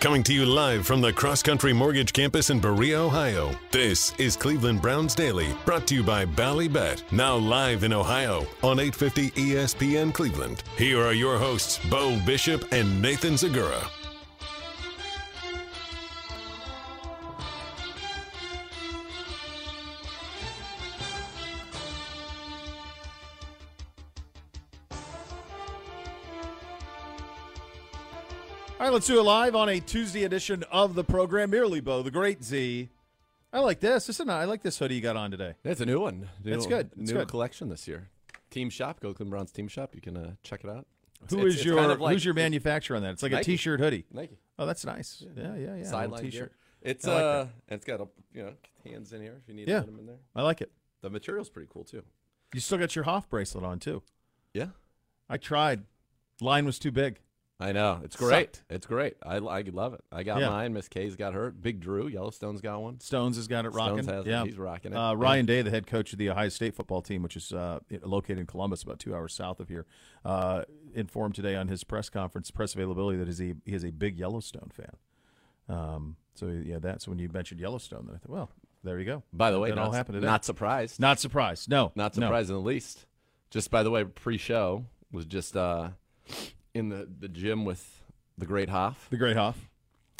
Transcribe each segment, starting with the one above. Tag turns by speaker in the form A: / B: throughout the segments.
A: Coming to you live from the Cross Country Mortgage Campus in Berea, Ohio. This is Cleveland Browns Daily, brought to you by Ballybet, now live in Ohio on E 850 ESPN Cleveland. Here are your hosts, Bo Bishop and Nathan Zagura.
B: All right, let's do it live on a Tuesday edition of the program. Merely Bo, the great Z. I like this. This is not, I like this hoodie you got on today.
C: That's a new one. New,
B: That's good. That's
C: new
B: good.
C: collection this year. Team shop, go to Cleveland Browns team shop. You can uh, check it out. It's-
B: Who is
C: it's- it's
B: your
C: kind of like-
B: Who's your manufacturer on that? It's like a
C: Nike.
B: T-shirt hoodie.
C: Nike
B: Oh, that's nice. Yeah, yeah, yeah. a little
C: sideline
B: T-shirt.
C: T-shirt. It's
B: I like
C: uh, it's got a, you know hands in here if you need
B: Yeah.
C: to put them in there.
B: I like it.
C: The material's pretty cool too.
B: You still got your Hoff bracelet on too.
C: Yeah,
B: I tried. Line was too big.
C: I know. It's great. It's great. I, I love it. I got
B: Yeah.
C: mine. Miss K's got hurt. Big Drew, Yellowstone's got one.
B: Stones has got it rocking.
C: Stones has it.
B: yeah,
C: He's rocking it.
B: Uh,
C: Yeah.
B: Ryan Day, the head coach of the Ohio State football team, which is uh, located in Columbus, about two hours south of here, uh, informed today on his press conference, press availability, that is he, he is a big Yellowstone fan. Um, so yeah, that's when you mentioned Yellowstone. Then I thought, well, there you go.
C: By the way,
B: that
C: not,
B: all happened today.
C: not surprised.
B: Not surprised. No,
C: Not
B: no.
C: surprised in the least. Just by the way, pre-show was just uh, in the, the gym with the great Hoff.
B: The Great Hoff.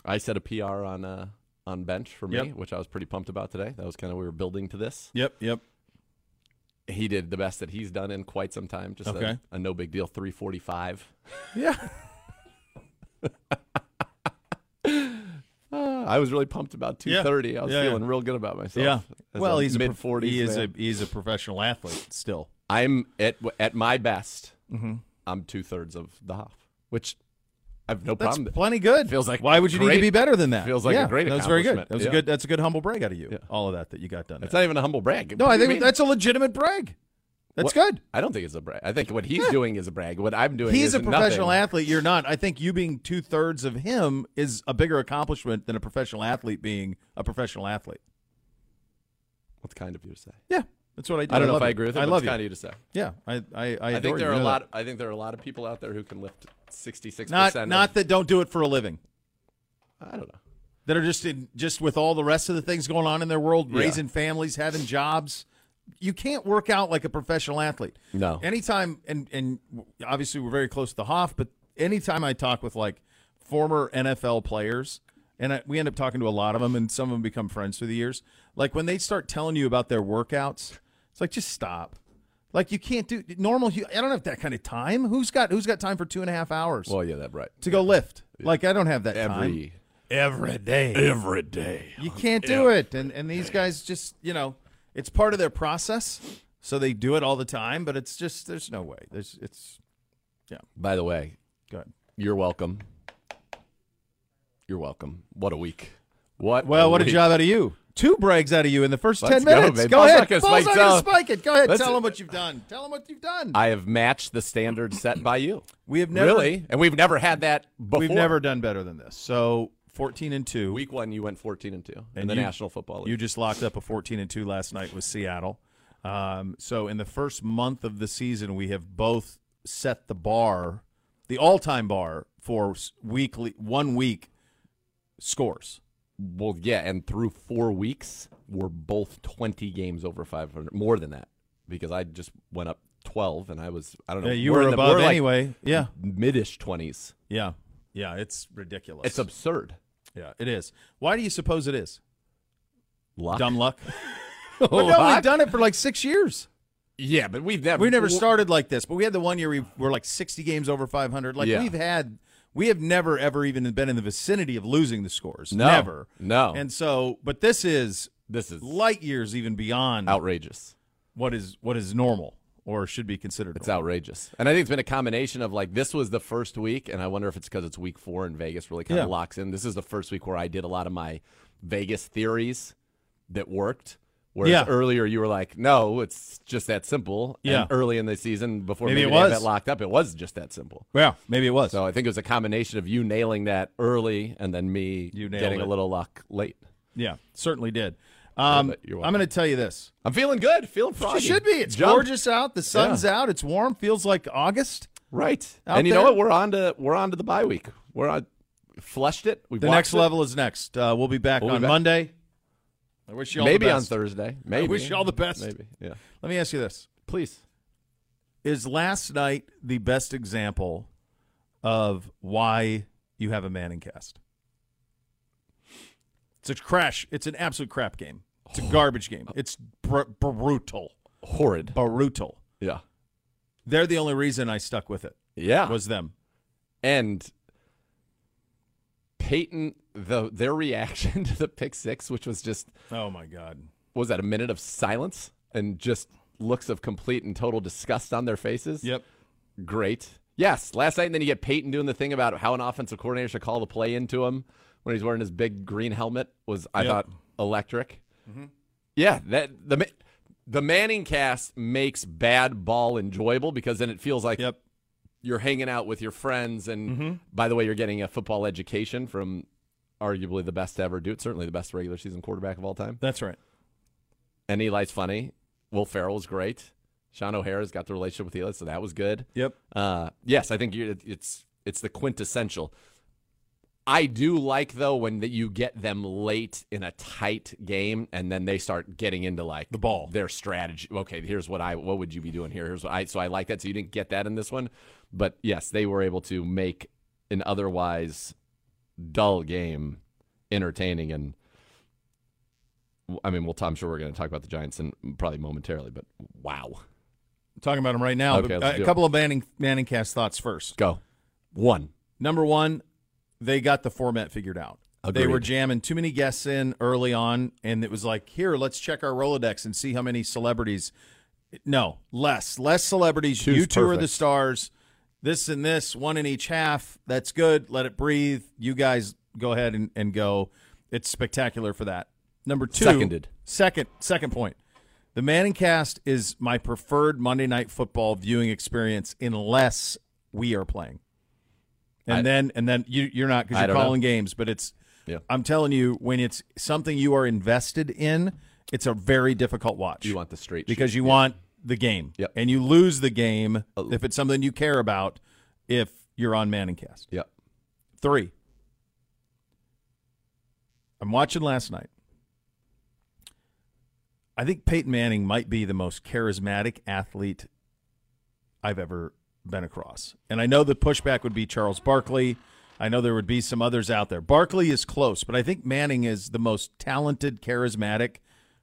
C: I set a PR on uh, on bench for me,
B: Yep.
C: which I was pretty pumped about today. That was kind of we were building to this.
B: Yep, yep.
C: He did the best that he's done in quite some time. Just a-
B: Okay.
C: a, no big deal, three forty five.
B: Yeah.
C: Ah, I was really pumped about two
B: Yeah.
C: thirty. I was
B: Yeah, yeah.
C: feeling real good about myself.
B: yeah.
C: As
B: well,
C: a
B: he's
C: mid forties.
B: He is a he's a professional athlete still.
C: I'm at at my best.
B: Mm-hmm.
C: I'm two thirds of the Hoff, which I've no
B: That's
C: problem.
B: plenty good.
C: feels like
B: why would you need to
C: great-
B: be better than that?
C: feels like a
B: yeah,
C: great
B: That was very good.
C: accomplishment.
B: That was a
C: Yeah.
B: good. That's a good humble brag out of you. All of that that you got done.
C: It's
B: there.
C: not even a humble brag.
B: no,
C: What
B: I
C: do you
B: think
C: mean?
B: that's a legitimate brag. That's
C: What-
B: good.
C: I don't think it's a brag. I think what he's doing is a brag. What I'm doing
B: He's
C: is
B: a professional
C: nothing.
B: athlete. You're not. I think you being two thirds of him is a bigger accomplishment than a professional athlete being a professional athlete.
C: What's kind of you to say?
B: Yeah, that's what I do.
C: I don't know
B: love
C: if I
B: you.
C: agree with it.
B: I
C: but
B: love
C: it's kind of
B: you.
C: you to say.
B: Yeah, I I, I,
C: I,
B: adore you.
C: think there are
B: You
C: a
B: know that.
C: lot. I think there are a lot of people out there who can lift sixty six
B: Not
C: percent.
B: not that don't do it for a living.
C: I don't know.
B: that are just in just with all the rest of the things going on in their world,
C: Yeah.
B: raising families, having jobs. You can't work out like a professional athlete.
C: No.
B: Anytime and and obviously we're very close to the Hoff, but anytime I talk with like former NFL players and I, we end up talking to a lot of them and some of them become friends through the years, like when they start telling you about their workouts, it's like just stop. Like you can't do normal. hu- I don't have that kind of time. Who's got who's got time for two and a half hours
C: Well, yeah, that right.
B: to go lift? Like I don't have that time
C: Every
B: every day.
C: every day.
B: You can't do it. And and these guys just, you know, it's part of their process. So they do it all the time, but it's just there's no way. There's it's
C: By the way,
B: good.
C: you're welcome. You're welcome. What a week. What?
B: Well,
C: a
B: what a
C: week.
B: job out of you. Two brags out of you in the 1st
C: Let's
B: ten
C: go,
B: minutes.
C: baby.
B: Go
C: Paul's
B: ahead.
C: not gonna
B: Paul's
C: spike
B: not gonna
C: Dell.
B: spike it. Go ahead.
C: Let's-
B: tell them what you've done. Tell them what you've done.
C: I have matched the standard set by you.
B: we have never
C: really, and we've never had that before.
B: we've never done better than this. So fourteen and two.
C: Week one, you went fourteen and two in
B: And
C: the
B: you-
C: National Football League.
B: You just locked up a 14 and 2 last night with Seattle. Um, so in the first month of the season, we have both set the bar, the all-time bar for s- weekly one week scores.
C: Well, yeah, and through four weeks, we're both twenty games over five hundred, more than that, because I just went up twelve, and I was I don't know.
B: Yeah, you
C: we're
B: were,
C: in the,
B: above
C: we're like
B: anyway. yeah,
C: midish twenties.
B: yeah, yeah. It's ridiculous.
C: It's absurd.
B: yeah, it is. Why do you suppose it is?
C: Luck.
B: Dumb luck. Well,
C: Well,
B: no,
C: I-
B: we've done it for like six years.
C: Yeah, but we've never
B: We never started like this, but we had the one year we were like 60 games over 500. Like
C: Yeah.
B: we've had We have never ever even been in the vicinity of losing the scores.
C: No.
B: Never.
C: No.
B: And so, but this is
C: This is
B: light years even beyond
C: outrageous.
B: what is what is normal or should be considered.
C: It's
B: normal.
C: outrageous. And I think it's been a combination of like this was the first week, and I wonder if it's because it's week four and Vegas really kind
B: Yeah.
C: of locks in. This is the first week where I did a lot of my Vegas theories that worked. Whereas
B: Yeah.
C: earlier you were like, no, it's just that simple. And
B: Yeah.
C: early in the season, before
B: Maybe
C: maybe,
B: it
C: they had
B: was.
C: that locked up, it was just that simple.
B: Yeah, maybe it was.
C: So I think it was a combination of you nailing that early and then me
B: You nailed
C: getting
B: it.
C: a little luck late.
B: yeah, certainly did. Um,
C: bet you're
B: I'm
C: welcome.
B: going to tell you this.
C: I'm feeling good, feeling
B: You
C: froggy.
B: should be. It's
C: Jump.
B: gorgeous out. The sun's out. It's warm. Feels like August.
C: Right.
B: Out
C: and you
B: there.
C: know what? We're on to we're on to the bye week. We're on flushed it. We
B: The next level is next. Uh, we'll be back
C: We'll be
B: on
C: back.
B: Monday. I wish you all
C: Maybe
B: the
C: on
B: best.
C: Thursday. Maybe.
B: wish you all the best.
C: Maybe. Yeah.
B: Let me ask you this.
C: Please.
B: Is last night the best example of why you have a Manning cast? It's a crash. It's an absolute crap game. It's a garbage game. It's br- brutal.
C: Horrid.
B: Brutal.
C: Yeah.
B: They're the only reason I stuck with it
C: Yeah.
B: was them.
C: and Peyton the their reaction to the pick six, which was just
B: Oh my god.
C: was that a minute of silence and just looks of complete and total disgust on their faces.
B: Yep.
C: Great. Yes, last night, and then you get Peyton doing the thing about how an offensive coordinator should call the play into him when he's wearing his big green helmet was I
B: Yep. Mm-hmm.
C: thought electric. Yeah, that the Ma- the Manning cast makes bad ball enjoyable because then it feels like
B: Yep. Mm-hmm.
C: you're hanging out with your friends, and by the way, you're getting a football education from arguably the best to ever do it, certainly the best regular season quarterback of all time.
B: That's right.
C: And Eli's funny. Will Farrell's great. Sean O'Hara's got the relationship with Eli, so that was good.
B: Yep.
C: Uh, yes, I think you're, it- it's it's the quintessential. I do like though when that you get them late in a tight game, and then they start getting into like
B: The ball.
C: their strategy. Okay, here's what I what would you be doing here? Here's what I so I like that. So you didn't get that in this one, but yes, they were able to make an otherwise dull game entertaining and. I mean, well, Tom, I'm sure we're going to talk about the Giants and probably momentarily, but wow.
B: I'm talking about them right now.
C: Okay,
B: but,
C: let's
B: uh, a
C: do it.
B: couple of Manning Manning cast thoughts first.
C: Go. One.
B: Number one, they got the format figured out. They
C: Agreed.
B: were jamming too many guests in early on, and it was like, here, let's check our Rolodex and see how many celebrities. No, less, less celebrities.
C: Two's
B: you two are the
C: perfect.
B: stars. This and this, one in each half. That's good. Let it breathe. You guys go ahead and, and go. It's spectacular for that. Number two,
C: Seconded.
B: Second, second point. The Manning Cast is my preferred Monday Night Football viewing experience unless we are playing. And
C: I-
B: then and then you you're not because
C: I
B: you're
C: don't know.
B: calling games, but it's
C: Yeah.
B: I'm telling you when it's something you are invested in, it's a very difficult watch.
C: You want the straight
B: because you want the game,
C: Yep.
B: and you lose the game if it's something you care about. If you're on Manning Cast,
C: Yep.
B: Three. I'm watching last night. I think Peyton Manning might be the most charismatic athlete I've ever been across. And I know the pushback would be Charles Barkley. I know there would be some others out there. Barkley is close, but I think Manning is the most talented, charismatic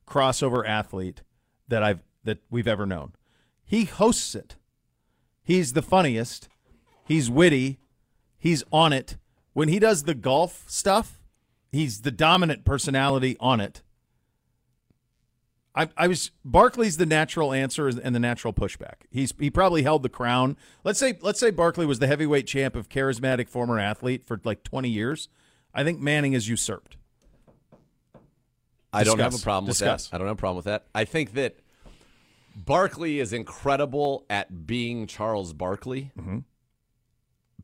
B: crossover athlete that I've that we've ever known. He hosts it. He's the funniest. He's witty he's on it. When he does the golf stuff, he's the dominant personality on it. I, I was Barkley's the natural answer and the natural pushback. He's he probably held the crown. Let's say let's say Barkley was the heavyweight champ of charismatic former athlete for like twenty years. I think Manning is usurped.
C: I don't have a
B: Discuss.
C: problem with
B: Discuss.
C: that. I don't have a problem with that. I think that Barkley is incredible at being Charles Barkley.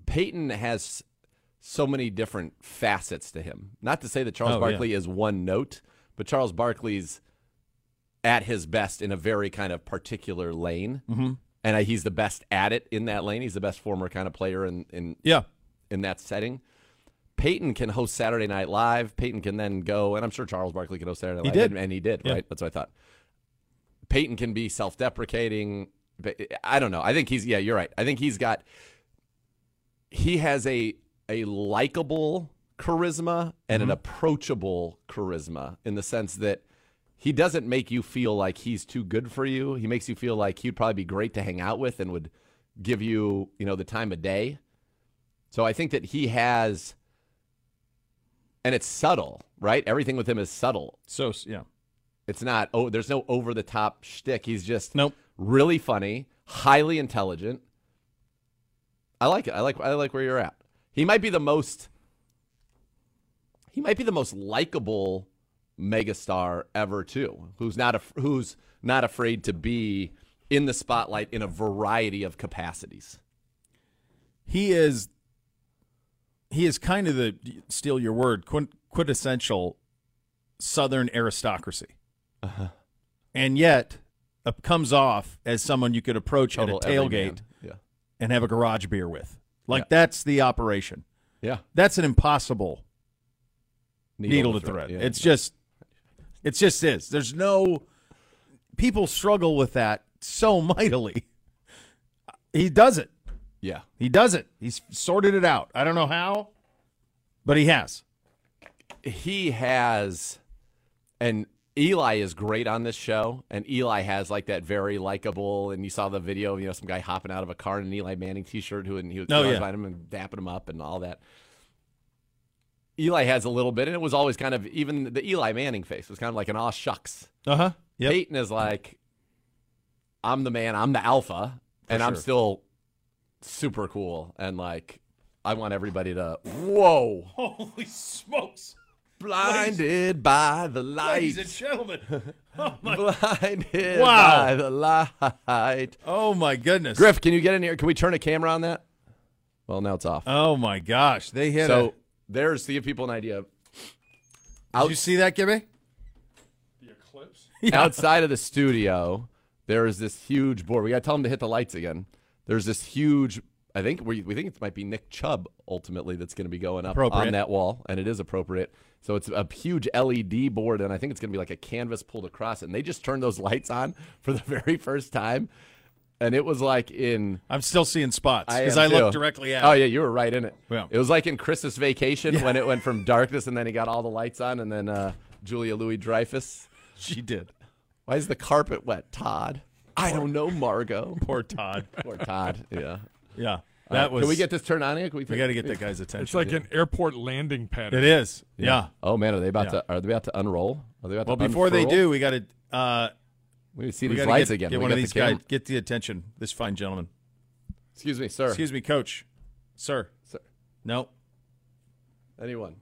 C: Peyton has so many different facets to him. Not to say that
B: Oh,
C: Charles
B: yeah.
C: Barkley is one note, but Charles Barkley's at his best in a very kind of particular lane. Mm-hmm. And I- he's the best at it in that lane. He's the best former kind of player in, in,
B: Yeah,
C: in that setting. Peyton can host Saturday Night Live. Peyton can then go, and I'm sure Charles Barkley can host Saturday Night
B: He
C: Live.
B: did.
C: and- and he did,
B: Yeah.
C: right? That's what I thought. Peyton can be self-deprecating. But I don't know. I think he's yeah. You're right. I think he's got. He has a a likable charisma and
B: Mm-hmm.
C: an approachable charisma in the sense that he doesn't make you feel like he's too good for you. He makes you feel like he'd probably be great to hang out with and would give you you know the time of day So I think that he has, and it's subtle, right? Everything with him is subtle.
B: So yeah,
C: It's not. Oh, there's no over the top shtick. He's just
B: Nope.
C: Really funny, highly intelligent. I like it. I like. I like where you're at. He might be the most. He might be the most likable megastar ever too. Who's not a, Who's not afraid to be in the spotlight in a variety of capacities.
B: he is. He is kind of the steal your word quin- quintessential Southern aristocracy,
C: Uh-huh.
B: and yet uh, comes off as someone you could approach
C: Total
B: at a tailgate
C: everyman. Yeah.
B: and have a garage beer with. Like that's the operation.
C: Yeah.
B: That's an impossible needle, to thread.
C: Yeah.
B: It's just, it's just is. There's no people struggle with that so mightily. He does it.
C: yeah.
B: He does it. He's sorted it out. I don't know how, but he has.
C: he has and Eli is great on this show and Eli has like that very likable and you saw the video you know some guy hopping out of a car in an Eli Manning t-shirt who and he was
B: Oh,
C: Eli
B: yeah.
C: behind him and dapping him up and all that Eli has a little bit and it was always kind of even the Eli Manning face was kind of like an aw shucks
B: Uh huh. Yep.
C: Peyton is like I'm the man I'm the alpha and I'm
B: sure.
C: still super cool and like I want everybody to whoa
B: Holy smokes,
C: blinded by the light
B: gentlemen!
C: blinded
B: Wow.
C: by the light.
B: Oh my goodness,
C: Griff, can you get in here? Can we turn a camera on that? Well, now it's off.
B: Oh my gosh, they hit.
C: so
B: a-
C: there's to give people an idea.
B: Did you see that, Gibby?
C: Outside of the studio, there is this huge board. We got to tell them to hit the lights again. There's this huge. I think we, we think it might be Nick Chubb ultimately that's going to be going up
B: Appropriate.
C: on that wall, and it is appropriate. So it's a huge LED board, and I think it's going to be like a canvas pulled across. it. And they just turned those lights on for the very first time, and it was like in
B: I'm still seeing spots
C: I
B: because
C: am
B: I, looked
C: too.
B: directly at.
C: Oh
B: it.
C: yeah, you were right in it.
B: Yeah.
C: It was like in Chris's Vacation when it went from darkness and then he got all the lights on and then uh, Julia Louis Dreyfus.
B: she did.
C: Why is the carpet wet, Todd? I don't know, Margot
B: Poor Todd.
C: or Todd. Yeah.
B: Yeah,
C: All
B: that
C: right,
B: was.
C: Can we get this turned on? Here? Can we?
B: We got to get that guy's attention.
D: It's like an airport landing pattern.
B: It is. Yeah.
C: Oh man, are they about
B: Yeah.
C: to? Are they about to unroll? Are they about
B: Well,
C: to
B: before they
C: unfurl?
B: do, we got to uh,
C: we need to see
B: we
C: these
B: got
C: lights
B: get,
C: again.
B: Get
C: We
B: one of
C: got the
B: these guys.
C: camera.
B: Get the attention. This fine gentleman.
C: Excuse me, sir.
B: Excuse me, Coach. Sir.
C: Sir.
B: No.
C: Anyone?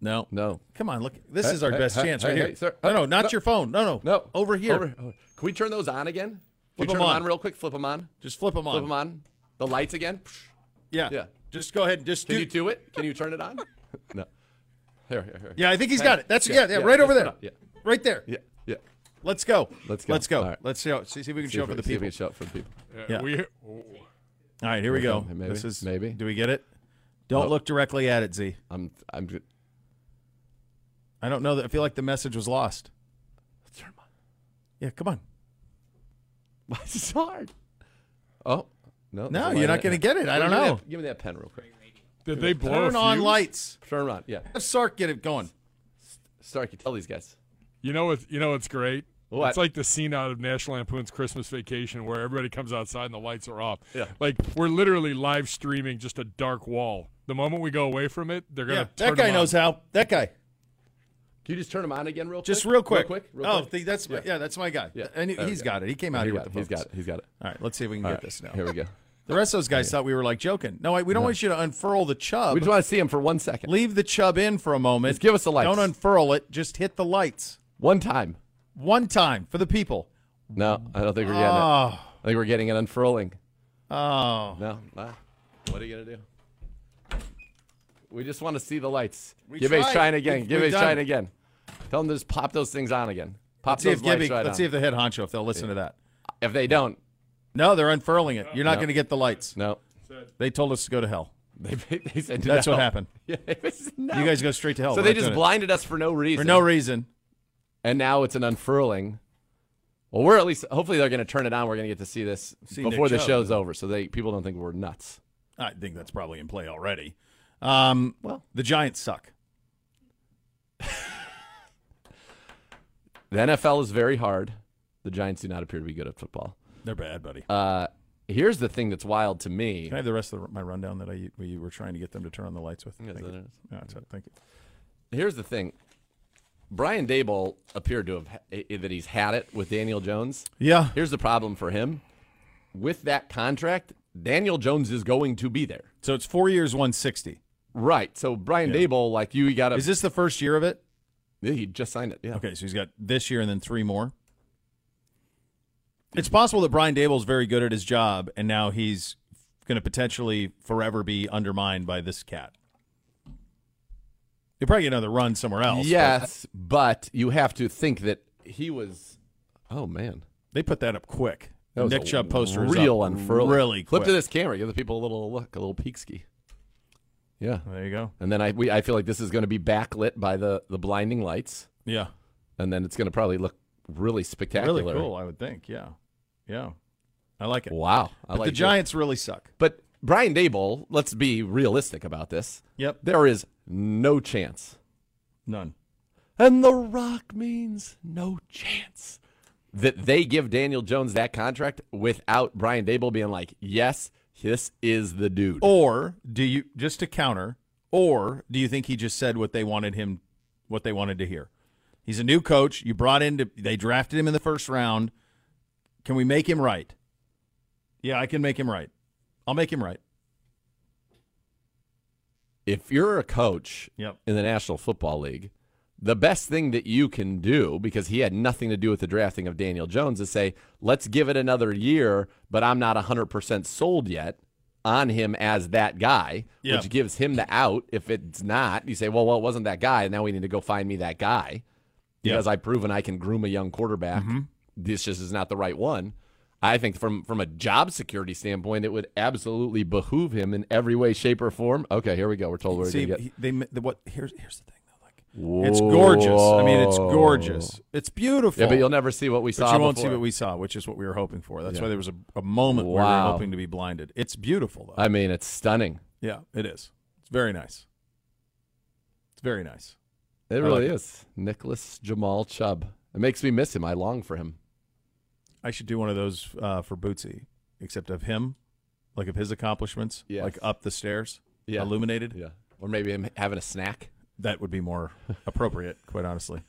B: No.
C: No.
B: Come on, look. This
C: Hey,
B: is our
C: hey,
B: best
C: hey,
B: chance
C: hey,
B: right
C: hey,
B: here.
C: sir.
B: No, no,
C: Uh,
B: not
C: no.
B: your phone. No, no,
C: No.
B: Over here.
C: over. oh, Can we turn those on again? Can we
B: Flip
C: turn
B: 'em
C: them
B: on.
C: on real quick. Flip them on.
B: Just flip them on.
C: Flip them on. The lights again.
B: Yeah.
C: Yeah.
B: Just go ahead and just
C: Can
B: do.
C: you do it? Can you turn it on? No. Here, here, here.
B: yeah, I think he's got it. That's yeah,
C: Yeah,
B: yeah,
C: yeah,
B: right
C: just
B: over
C: put
B: there.
C: up, yeah.
B: Right there.
C: Yeah. Yeah.
B: Let's go.
C: Let's go.
B: Let's go.
C: All right.
B: Let's see, how, see, see if we can
C: See
B: show
C: if
B: for
C: we-
B: the
C: see if we
B: people.
C: can show it for the people.
B: Yeah.
D: Uh, We,
B: All right, here we go.
C: Maybe,
B: this is
C: maybe.
B: Do we get it? Don't
C: Oh.
B: look directly at it, Z.
C: I'm, I'm good.
B: I don't know that. I feel like the message was lost.
C: Turn 'em on.
B: Yeah, come on.
C: Why is it so hard? Oh no.
B: No, you're not going to get it. I
C: Give
B: don't
C: me
B: know.
C: that- give me that pen real quick.
D: did they blow a
B: Turn on
D: fuse?
B: lights.
C: Turn around. Yeah.
B: Have Sark get it going.
C: Stark, you tell these guys.
D: You know it's you know it's great.
C: What?
D: It's like the scene out of National Lampoon's Christmas Vacation where everybody comes outside and the lights are off.
C: Yeah.
D: Like we're literally live streaming just a dark wall. The moment we go away from it, they're
B: Yeah,
D: gonna turn
B: that guy
D: 'em
B: knows
D: on.
B: how. That guy.
C: Can you just turn them on again real quick?
B: Just real quick.
C: Real quick. Real
B: oh,
C: quick.
B: th- that's yeah. that's my guy.
C: Yeah,
B: And he,
C: there we
B: has
C: go.
B: got it. He came out
C: He
B: here with
C: got it,
B: the
C: he's
B: focus.
C: got it. He's got it.
B: All right, let's see if we can
C: All
B: get
C: right,
B: this now.
C: Here Uh-huh. we go.
B: The rest of those guys thought we were like joking. No, I, we don't want you to unfurl the chub.
C: We just want to see him for one second.
B: Leave the chub in for a moment.
C: Just give us the lights.
B: Don't unfurl it. Just hit the lights
C: One time.
B: one time for the people.
C: No, I don't think we're getting it. I think we're getting an unfurling.
B: Oh,
C: No. no. What are you gonna do? We just want to see the lights.
B: We
C: Give Gibby's
B: tried.
C: trying again.
B: We've-
C: Give
B: we've
C: Gibby's
B: done
C: trying
B: it.
C: again. Tell them to just pop those things on again. Pop
B: let's see
C: those
B: if
C: lights
B: Gibby.
C: right
B: let's
C: on.
B: see if the head honcho if they'll listen to that.
C: if they don't,
B: No, they're unfurling it. You're not
C: No.
B: going to get the lights.
C: no.
B: They told us to go to hell.
C: They, they said
B: That's
C: no.
B: what happened.
C: Yeah, it was no.
B: You guys go straight to hell.
C: So
B: We're
C: they
B: not
C: just
B: doing it.
C: blinded us for no reason.
B: for no reason.
C: and now it's an unfurling. Well, we're at least hopefully they're going to turn it on. We're going to get to see this
B: See Nick
C: before the
B: Chubb.
C: show's over, so they people don't think we're nuts.
B: I think that's probably in play already. Um,
C: Well.
B: the Giants suck.
C: The NFL is very hard. The Giants do not appear to be good at football.
B: They're bad, buddy.
C: Uh, Here's the thing that's wild to me.
B: Can I have the rest of the, my rundown that I we were trying to get them to turn on the lights with? Thank
C: that
B: you.
C: is.
B: Yeah, that's it. Thank you.
C: Here's the thing. Brian Dable appeared to have ha- that he's had it with Daniel Jones.
B: Yeah.
C: Here's the problem for him. With that contract, Daniel Jones is going to be there.
B: So it's four years, one sixty.
C: Right. So Brian Dable, like you, got
B: Is
C: to.
B: this the first year of it?
C: He just signed it. Yeah.
B: Okay, so he's got this year and then three more. It's possible that Brian Dable's very good at his job, and now he's going to potentially forever be undermined by this cat. He'll probably get another run somewhere else. but
C: Yes, but you have to think that he was. Oh man,
B: they put that up quick.
C: That was
B: Nick
C: a
B: Chubb poster is
C: real
B: up
C: unfurling.
B: really quick.
C: Flip to this camera. Give the people a little look, a little peek ski. Yeah,
B: There you go.
C: and then I we I feel like this is going to be backlit by the the blinding lights,
B: Yeah,
C: and then it's going to probably look really spectacular.
B: really cool. I would think. Yeah, yeah, I like it.
C: Wow, I
B: but
C: like
B: the
C: this.
B: Giants really suck.
C: But Brian Dable, let's be realistic about this.
B: Yep.
C: There is no chance,
B: None.
C: and the Rock means no chance that they give Daniel Jones that contract without Brian Dable being like, "Yes, this is the dude."
B: Or do you just to counter? Or do you think he just said what they wanted him, what they wanted to hear? He's a new coach. You brought in. To, they drafted him in the first round. Can we make him right? Yeah, I can make him right. I'll make him right.
C: if you're a coach
B: Yep.
C: in the National Football League, the best thing that you can do, because he had nothing to do with the drafting of Daniel Jones, is say, let's give it another year, but I'm not 100% sold yet on him as that guy,
B: Yeah.
C: which gives him the out. If it's not, you say, well, well, it wasn't that guy. Now we need to go find me that guy
B: Yeah. Mm-hmm.
C: because I've proven I can groom a young quarterback. This just is not the right one. I think from from a job security standpoint, it would absolutely behoove him in every way, shape, or form. Okay, here we go. We're told we're
B: See,
C: going to get.
B: he- they the, what? Here's here's the thing though. Like, it's gorgeous. I mean, it's gorgeous. It's beautiful.
C: Yeah, but you'll never see what we
B: But
C: saw.
B: you won't see
C: before.
B: what we saw, which is what we were hoping for. That's why there was a, a moment where we were
C: Wow.
B: hoping to be blinded. It's beautiful though.
C: I mean, it's stunning.
B: yeah, it is. It's very nice. It's very nice.
C: It really is. Nicholas Jamal Chubb. It makes me miss him. I long for him.
B: I should do one of those uh, for Bootsy, except of him, like of his accomplishments,
C: Yes.
B: like up the stairs,
C: Yeah.
B: illuminated.
C: Yeah, or maybe him having a snack.
B: That would be more appropriate, quite honestly.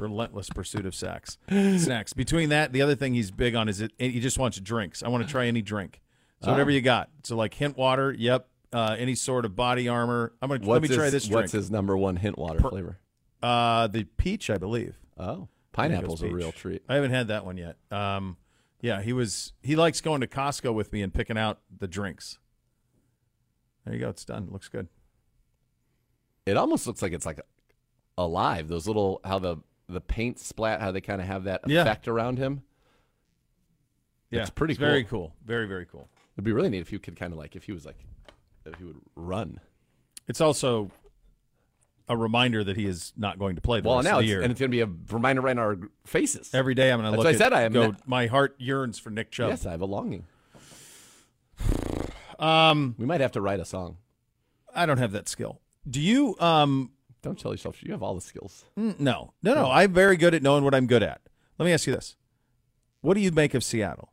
B: Relentless pursuit of sacks, snacks. Between that, the other thing he's big on is it. He just wants drinks. I want to try any drink, so whatever
C: Ah.
B: you got. So like hint water. Yep. Uh, any sort of body armor. I'm gonna let me
C: his,
B: try this drink.
C: What's his number one hint water flavor?
B: Uh, the peach, I believe.
C: Oh, pineapple's a
B: Goes
C: real
B: peach.
C: treat.
B: I haven't had that one yet. Um, yeah, he was. He likes going to Costco with me and picking out the drinks. There you go. It's done. Looks good.
C: It almost looks like it's like alive. Those little how the the paint splat, how they kind of have that
B: Yeah.
C: effect around him.
B: Yeah,
C: It's pretty
B: very cool. Very very cool.
C: It'd be really neat if you could kind of like if he was like if he would run.
B: It's also a reminder that he is not going to play the
C: Well,
B: rest
C: now
B: of the
C: it's,
B: year.
C: and it's going to be a reminder right in our faces.
B: Every day I'm going to look.
C: That's what I
B: at-
C: said, I am
B: go.
C: not-
B: My heart yearns for Nick Chubb.
C: Yes, I have a longing.
B: Um,
C: We might have to write a song.
B: I don't have that skill. Do you? Um,
C: Don't tell yourself you have all the skills.
B: mm, no, no, no. I'm very good at knowing what I'm good at. Let me ask you this: What do you make of Seattle?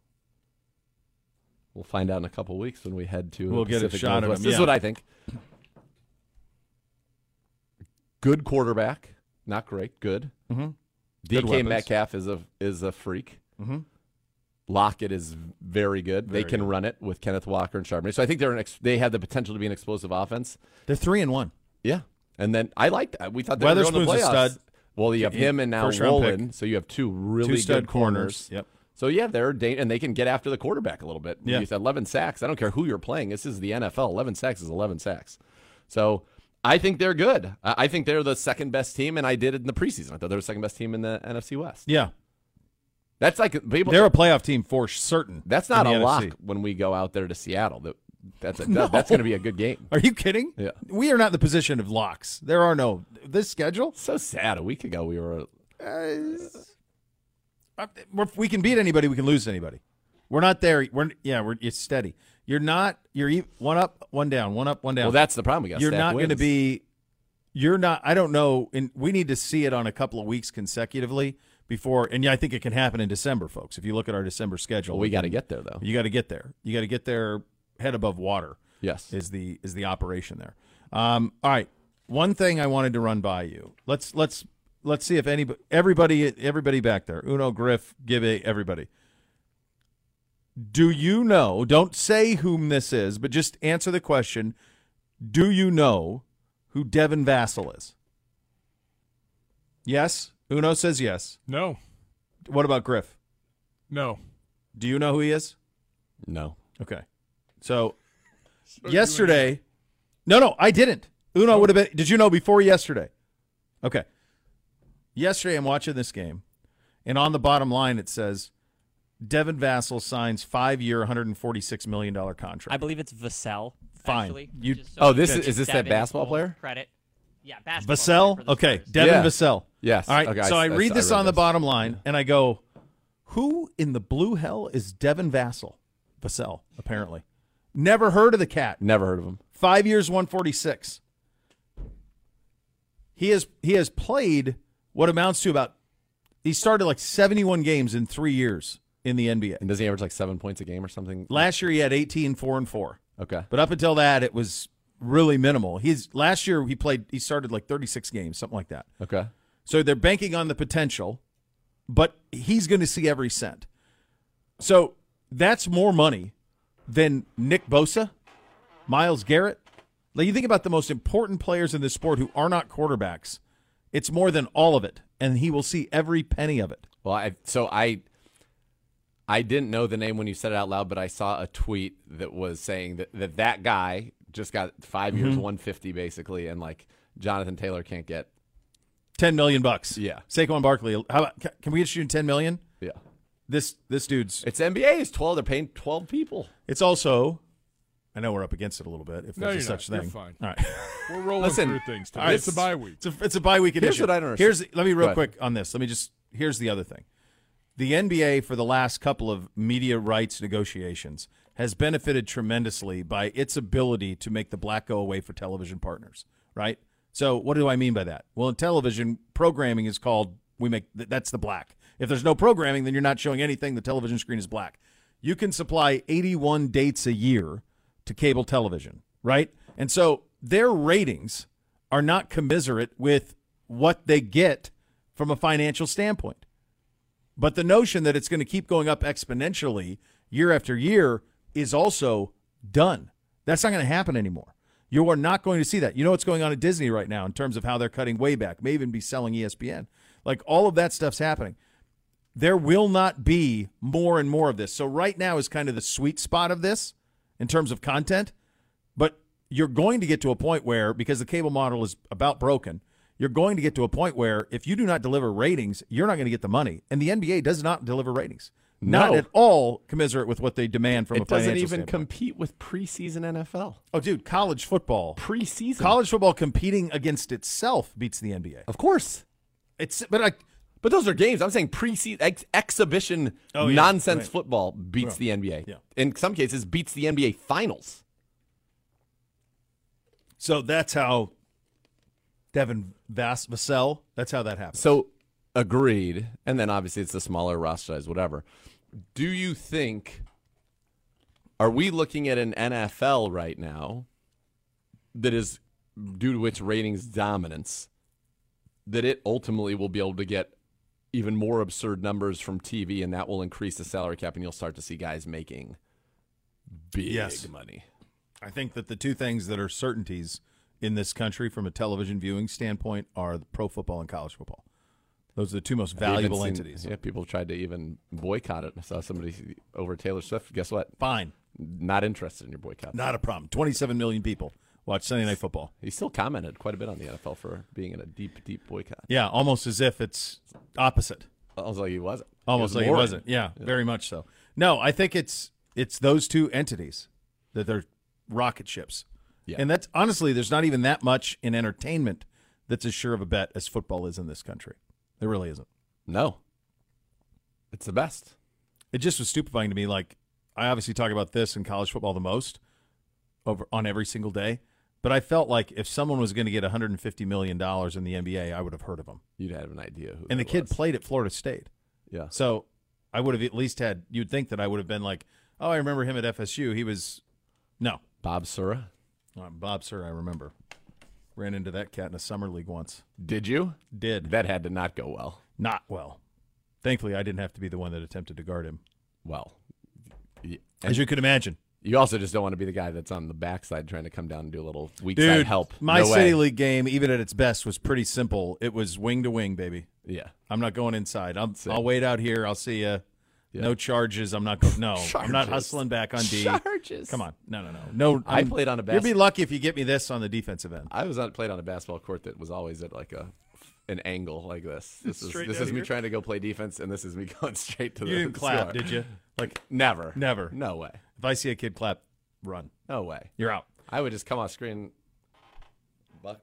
C: We'll find out in a couple weeks when we head to. the
B: We'll get a
C: Pacific
B: shot at
C: Northwest.
B: him,
C: This
B: yeah.
C: is what I think. Good quarterback, not great. Good.
B: Mhm. Good
C: DK
B: weapons. Mm-hmm.
C: Metcalf is a is a freak. Lockett is very good. they can run it with Kenneth Walker and Charbonnet. So I think they're an ex- they have the potential to be an explosive offense.
B: They're three and one.
C: Yeah, and then I like that. We thought they were going to the
B: Weatherspoon's a stud.
C: playoffs. Well, you have him and now
B: First round pick.
C: Wolin, so you have two really
B: Two stud
C: good corners.
B: corners. Yep.
C: So yeah, they're da- and they can get after the quarterback a little bit.
B: Yeah.
C: You said eleven sacks. I don't care who you're playing. This is the NFL. Eleven sacks is eleven sacks. So I think they're good. I I think they're the second best team, and I did it in the preseason. I thought they were the second best team in the NFC West.
B: Yeah,
C: That's like people.
B: They're a playoff team for certain.
C: that's not
B: in
C: a
B: the
C: lock
B: NFC.
C: when we go out there to Seattle. That that's a, that's going to be a good game.
B: Are you kidding?
C: Yeah.
B: We are not in the position of locks. There are no this schedule.
C: So sad. A week ago we were
B: uh, we're- We can beat anybody. We can lose anybody. We're not there. We're yeah. We're it's steady. You're not. You're e- one up, one down, one up, one down.
C: Well, that's the problem. We got
B: you're
C: stack
B: not going to
C: wins.
B: be. You're not. I don't know. And we need to see it on a couple of weeks consecutively before. And yeah, I think it can happen in December, folks. If you look at our December schedule,
C: Well, we got to
B: can-
C: get there though.
B: You got to get there. You got to get there head above water
C: Yes.
B: is the is the operation there. Um, all right, one thing I wanted to run by you. Let's let's let's see if anybody everybody everybody back there. Uno, Griff, Gibby, everybody. Do you know? Don't say whom this is, but just answer the question. Do you know who Devin Vassell is? Yes. Uno says yes.
D: No,
B: What about Griff?
D: no.
B: Do you know who he is?
C: No.
B: Okay. So, yesterday, no, no, I didn't. Uno would have been. Did you know before yesterday? Okay. Yesterday, I'm watching this game, and on the bottom line, it says Devin Vassell signs five year, $146 million contract.
E: I believe it's Vassell.
B: Fine.
E: Actually,
B: You-
E: just
C: Oh,
E: we
C: this
E: can
C: is- is this that
E: Devin
C: basketball
E: full
C: player?
E: Credit. Yeah, basketball. player for
B: Vassell?
E: the
B: Okay.
E: Spurs.
B: Devin
C: Yeah.
B: Vassell.
C: Yes.
B: All right.
C: Okay, I-
B: so I,
C: I-
B: read
C: I
B: this
C: read
B: on the
C: this.
B: bottom line, and I go, who in the blue hell is Devin Vassell? Vassell, apparently. Never heard of the cat.
C: Never heard of him.
B: Five years, one forty six. He has he has played what amounts to about. He started like seventy one games in three years in the NBA.
C: And does he average like seven points a game or something?
B: Last year he had 18, 4 and four,
C: Okay.
B: but up until that it was really minimal. He's last year he played he started like thirty six games, something like that.
C: Okay.
B: So they're banking on the potential, but he's going to see every cent. So that's more money than Nick Bosa, Miles Garrett. Like you think about the most important players in this sport who are not quarterbacks, it's more than all of it, and he will see every penny of it.
C: Well, I so I I didn't know the name when you said it out loud, but I saw a tweet that was saying that that, that guy just got 5 years,
B: Mm-hmm.
C: one fifty basically, and like Jonathan Taylor can't get
B: Ten million bucks.
C: Yeah.
B: Saquon Barkley. How about ca- can we get you ten million?
C: yeah.
B: This this dude's.
C: It's NBA. It's twelve. They're paying twelve people.
B: It's also. I know we're up against it a little bit. If
D: No,
B: there's a
D: you're
B: such
D: not.
B: thing.
D: You're fine.
B: All right.
D: We're rolling
C: Listen,
D: through things. Today.
B: All right,
D: it's a bye week.
B: It's a, it's a bye week edition.
C: Here's what I don't understand.
B: Here's let me real
C: Go ahead.
B: quick on this. Let me just here's the other thing. The NBA for the last couple of media rights negotiations has benefited tremendously by its ability to make the black go away for television partners, right? So what do I mean by that? Well, in television programming is called we make th- that's the black. If there's no programming, then you're not showing anything. The television screen is black. You can supply 81 dates a year to cable television, right? And so their ratings are not commiserate with what they get from a financial standpoint. But the notion that it's going to keep going up exponentially year after year is also done. That's not going to happen anymore. You are not going to see that. You know what's going on at Disney right now in terms of how they're cutting way back, may even be selling E ESPN. Like all of that stuff's happening. There will not be more and more of this. So, right now is kind of the sweet spot of this in terms of content. But you're going to get to a point where, because the cable model is about broken, you're going to get to a point where if you do not deliver ratings, you're not going to get the money. And the NBA does not deliver ratings. Not
C: No.
B: at all commensurate with what they demand from a
C: it doesn't
B: financial
C: even
B: standpoint.
C: compete with preseason NFL.
B: oh, dude, college football.
C: Preseason
B: College football competing against itself beats the NBA.
C: of course.
B: It's but like
C: But those are games. I'm saying preseason ex- exhibition
B: Oh, yeah,
C: nonsense
B: right.
C: football beats the NBA.
B: Yeah.
C: In some cases, beats the NBA finals.
B: so that's how Devin Vass Vassell. That's how that happens.
C: So agreed. And then obviously it's the smaller roster size, whatever. Do you think are we looking at an NFL right now that is due to its ratings dominance that it ultimately will be able to get even more absurd numbers from TV and that will increase the salary cap and you'll start to see guys making big
B: Yes.
C: money.
B: I think that the two things that are certainties in this country from a television viewing standpoint are the pro football and college football. Those are the two most
C: I've even
B: valuable
C: seen-
B: entities.
C: Yeah, people tried to even boycott it. I saw somebody over Taylor Swift. Guess what?
B: Fine.
C: Not interested in your boycott.
B: Not a problem. 27 million people watch Sunday Night Football.
C: He still commented quite a bit on the NFL for being in a deep, deep boycott.
B: Yeah, almost as if it's opposite.
C: I was like, he wasn't. He
B: Almost
C: was
B: like it
C: more in.
B: wasn't. Yeah, very much so. No, I think it's it's those two entities that they're rocket ships.
C: Yeah.
B: And that's honestly, there's not even that much in entertainment that's as sure of a bet as football is in this country. There really isn't.
C: No. It's the best.
B: it just was stupefying to me. Like I obviously talk about this in college football the most over on every single day, But I felt like if someone was going to get 150 million dollars in the NBA, I would have heard of him.
C: You'd have an idea. Who
B: And the
C: that
B: kid
C: was.
B: played at Florida State,
C: Yeah.
B: so I would have at least had. You'd think that I would have been like, oh, I remember him at FSU. He was no
C: Bob Sura.
B: Uh, Bob Sir. I remember ran into that cat in a summer league once.
C: Did you?
B: Did
C: That had to not go well.
B: not well. Thankfully, I didn't have to be the one that attempted to guard him,
C: Well, y-
B: as you could imagine.
C: you also just don't want to be the guy that's on the backside trying to come down and do a little weak
B: Dude,
C: side help.
B: my
C: No
B: city
C: way.
B: league game, even at its best, was pretty simple. It was wing to wing, baby.
C: Yeah.
B: I'm not going inside. I'm, I'll wait out here. I'll see you. No charges. I'm not going. No, I'm not
C: Charges.
B: hustling back on D.
C: Charges.
B: Come on. No, no, no. No.
C: I
B: I'm-
C: played on a
B: You'd be
C: basket-
B: lucky if you get me this on the defensive end.
C: I was on, played on a basketball court that was always at like a an angle like this. This is
B: Straight
C: this
B: down
C: is me
B: here.
C: trying to go play defense, and this is me going straight to the.
B: You didn't clap,
C: score.
B: did you? Like
C: Never.
B: Never.
C: No way.
B: if I see a kid clap, run.
C: No way.
B: You're out.
C: I would just come off screen. Buck.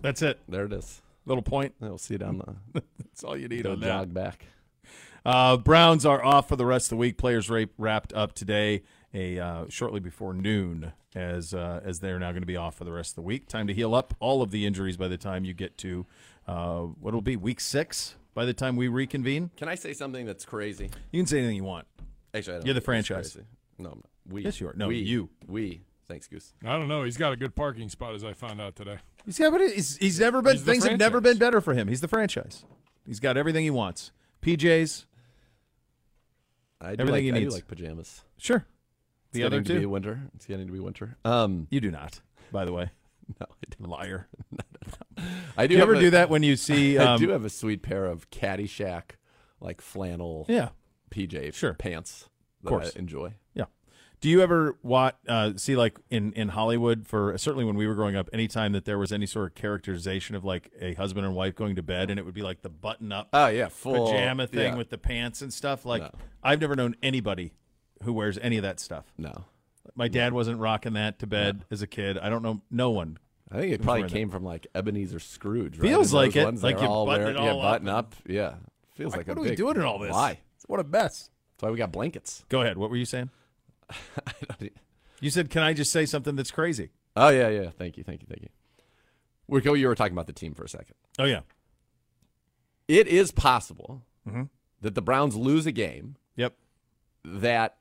B: That's it.
C: There it is.
B: Little point.
C: They'll see it on the.
B: That's all you need
C: They'll jog back.
B: Uh, Browns are off for the rest of the week. Players rape wrapped up today, a uh, shortly before noon, as uh, as they're now going to be off for the rest of the week. Time to heal up all of the injuries by the time you get to uh, what'll be week six. By the time we reconvene,
C: Can I say something that's crazy?
B: you can say anything you want.
C: Actually, I don't
B: You're the
C: think it's
B: franchise.
C: crazy. No, I'm not. we.
B: Yes, you are. No,
C: we,
B: you.
C: We. Thanks, Goose.
D: I don't know. He's got a good parking spot, as I found out today.
B: He's got what it- he's, he's never been.
D: He's the
B: things have never
D: franchise.
B: been better for him. He's the franchise. He's got everything he wants. PJs,
C: I do
B: Everything
C: like,
B: he
C: I do
B: needs.
C: like pajamas.
B: sure.
C: It's
B: The other
C: getting to be
B: two,
C: winter. It's getting to be winter. Um,
B: you do not. By the way,
C: no, I don't.
B: liar.
C: I do
B: Do you
C: have
B: ever
C: a-
B: do that when you see?
C: I
B: Um,
C: do have a sweet pair of Caddyshack, like flannel
B: yeah.
C: PJ
B: Sure.
C: pants. That
B: course.
C: I enjoy.
B: Yeah. Do you ever watch, uh, see, like in in Hollywood for certainly when we were growing up, anytime that there was any sort of characterization of like a husband and wife going to bed, and it would be like the button up
C: Oh yeah, full
B: pajama thing
C: yeah.
B: with the pants and stuff. Like
C: No.
B: I've never known anybody who wears any of that stuff.
C: no.
B: My dad wasn't rocking that to bed as a kid. I don't know no one.
C: I think it probably
B: Before that.
C: came from like Ebenezer Scrooge. Right?
B: Feels
C: Those
B: like it,
C: ones that
B: like
C: are
B: you
C: all
B: button
C: wearing-
B: it
C: yeah,
B: all up
C: button up. Yeah, feels like,
B: what
C: a
B: are we
C: big-
B: doing in all this?
C: Why?
B: It's one of best.
C: That's why we got blankets.
B: Go ahead. What were you saying?
C: I don't- e
B: You said, "Can I just say something that's crazy?"
C: oh yeah, yeah. Thank you, thank you, thank you. Rico, you were talking about the team for a second.
B: Oh yeah.
C: It is possible that the Browns lose a game
B: Yep.
C: that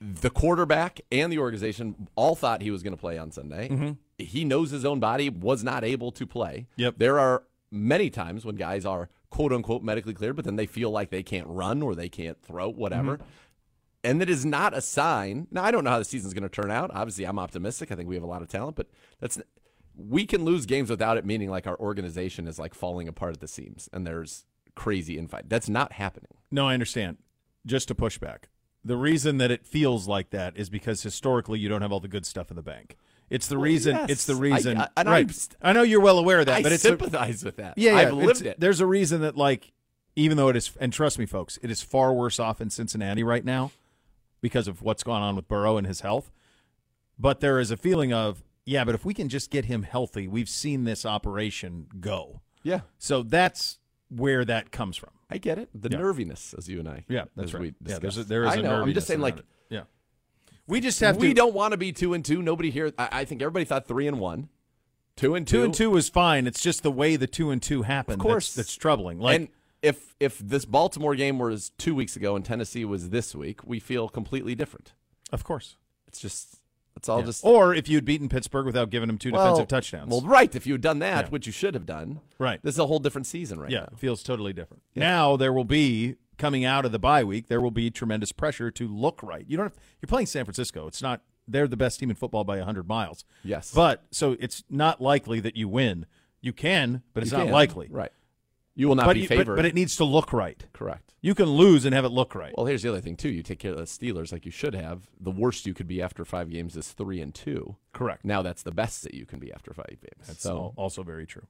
C: the quarterback and the organization all thought he was going to play on Sunday. He knows his own body was not able to play.
B: Yep.
C: There are many times when guys are quote unquote medically cleared, but then they feel like they can't run or they can't throw, whatever. And that is not a sign. Now I don't know how the season's going to turn out. Obviously, I'm optimistic. I think we have a lot of talent, but that's we can lose games without it meaning like our organization is like falling apart at the seams and there's crazy infight. That's not happening.
B: No, I understand. Just to push back. The reason that it feels like that is because historically you don't have all the good stuff in the bank. It's the reason.
C: yes.
B: It's the
C: I-
B: reason.
C: I- and I'm
B: right.
C: st-
B: I know you're well aware of that,
C: I
B: but it's a,
C: sympathize with that.
B: yeah, yeah.
C: I've
B: it's-
C: lived it.
B: There's a reason that like, even though it is, and trust me, folks, it is far worse off in Cincinnati right now because of what's gone on with Burrow and his health. But there is a feeling of yeah, but if we can just get him healthy, we've seen this operation go.
C: Yeah,
B: So that's where that comes from.
C: I get it. The
B: Yeah.
C: nerviness, as you and I,
B: Yeah, that's
C: as
B: right.
C: We
B: yeah, there's a,
C: discussed.
B: there is
C: I
B: a
C: know. I'm
B: nerviness
C: just saying,
B: around
C: like,
B: it. yeah, we just have
C: we
B: to.
C: don't want to be two and two. Nobody here. I, I think everybody thought three and one, two and two,
B: two and two is fine. It's just the way the two and two happened.
C: Of course,
B: that's, that's troubling. Like
C: and if if this Baltimore game was two weeks ago and Tennessee was this week, we feel completely different.
B: of course,
C: It's just it's all
B: Yeah.
C: just
B: or if you'd beaten Pittsburgh without giving them two
C: Oh, well,
B: defensive touchdowns.
C: Well, right. If you had done that,
B: Yeah.
C: which you should have done,
B: Right.
C: This is a whole different season right
B: yeah,
C: now.
B: it feels totally different.
C: Yeah.
B: Now there will be coming out of the bye week. There will be tremendous pressure to look right. You don't. Have, you're playing San Francisco. It's not. They're the best team in football by hundred miles.
C: Yes.
B: but so it's not likely that you win. You can, but it's
C: You
B: not
C: can.
B: likely.
C: right? You will not
B: But,
C: be
B: you- but,
C: favored.
B: but it needs to look right.
C: correct.
B: You can lose and have it look right.
C: Well, here's the other thing too. You take care of the Steelers like you should have. The worst you could be after five games is three and two.
B: Correct.
C: Now that's the best that you can be after five games.
B: That's
C: so
B: al- also very true.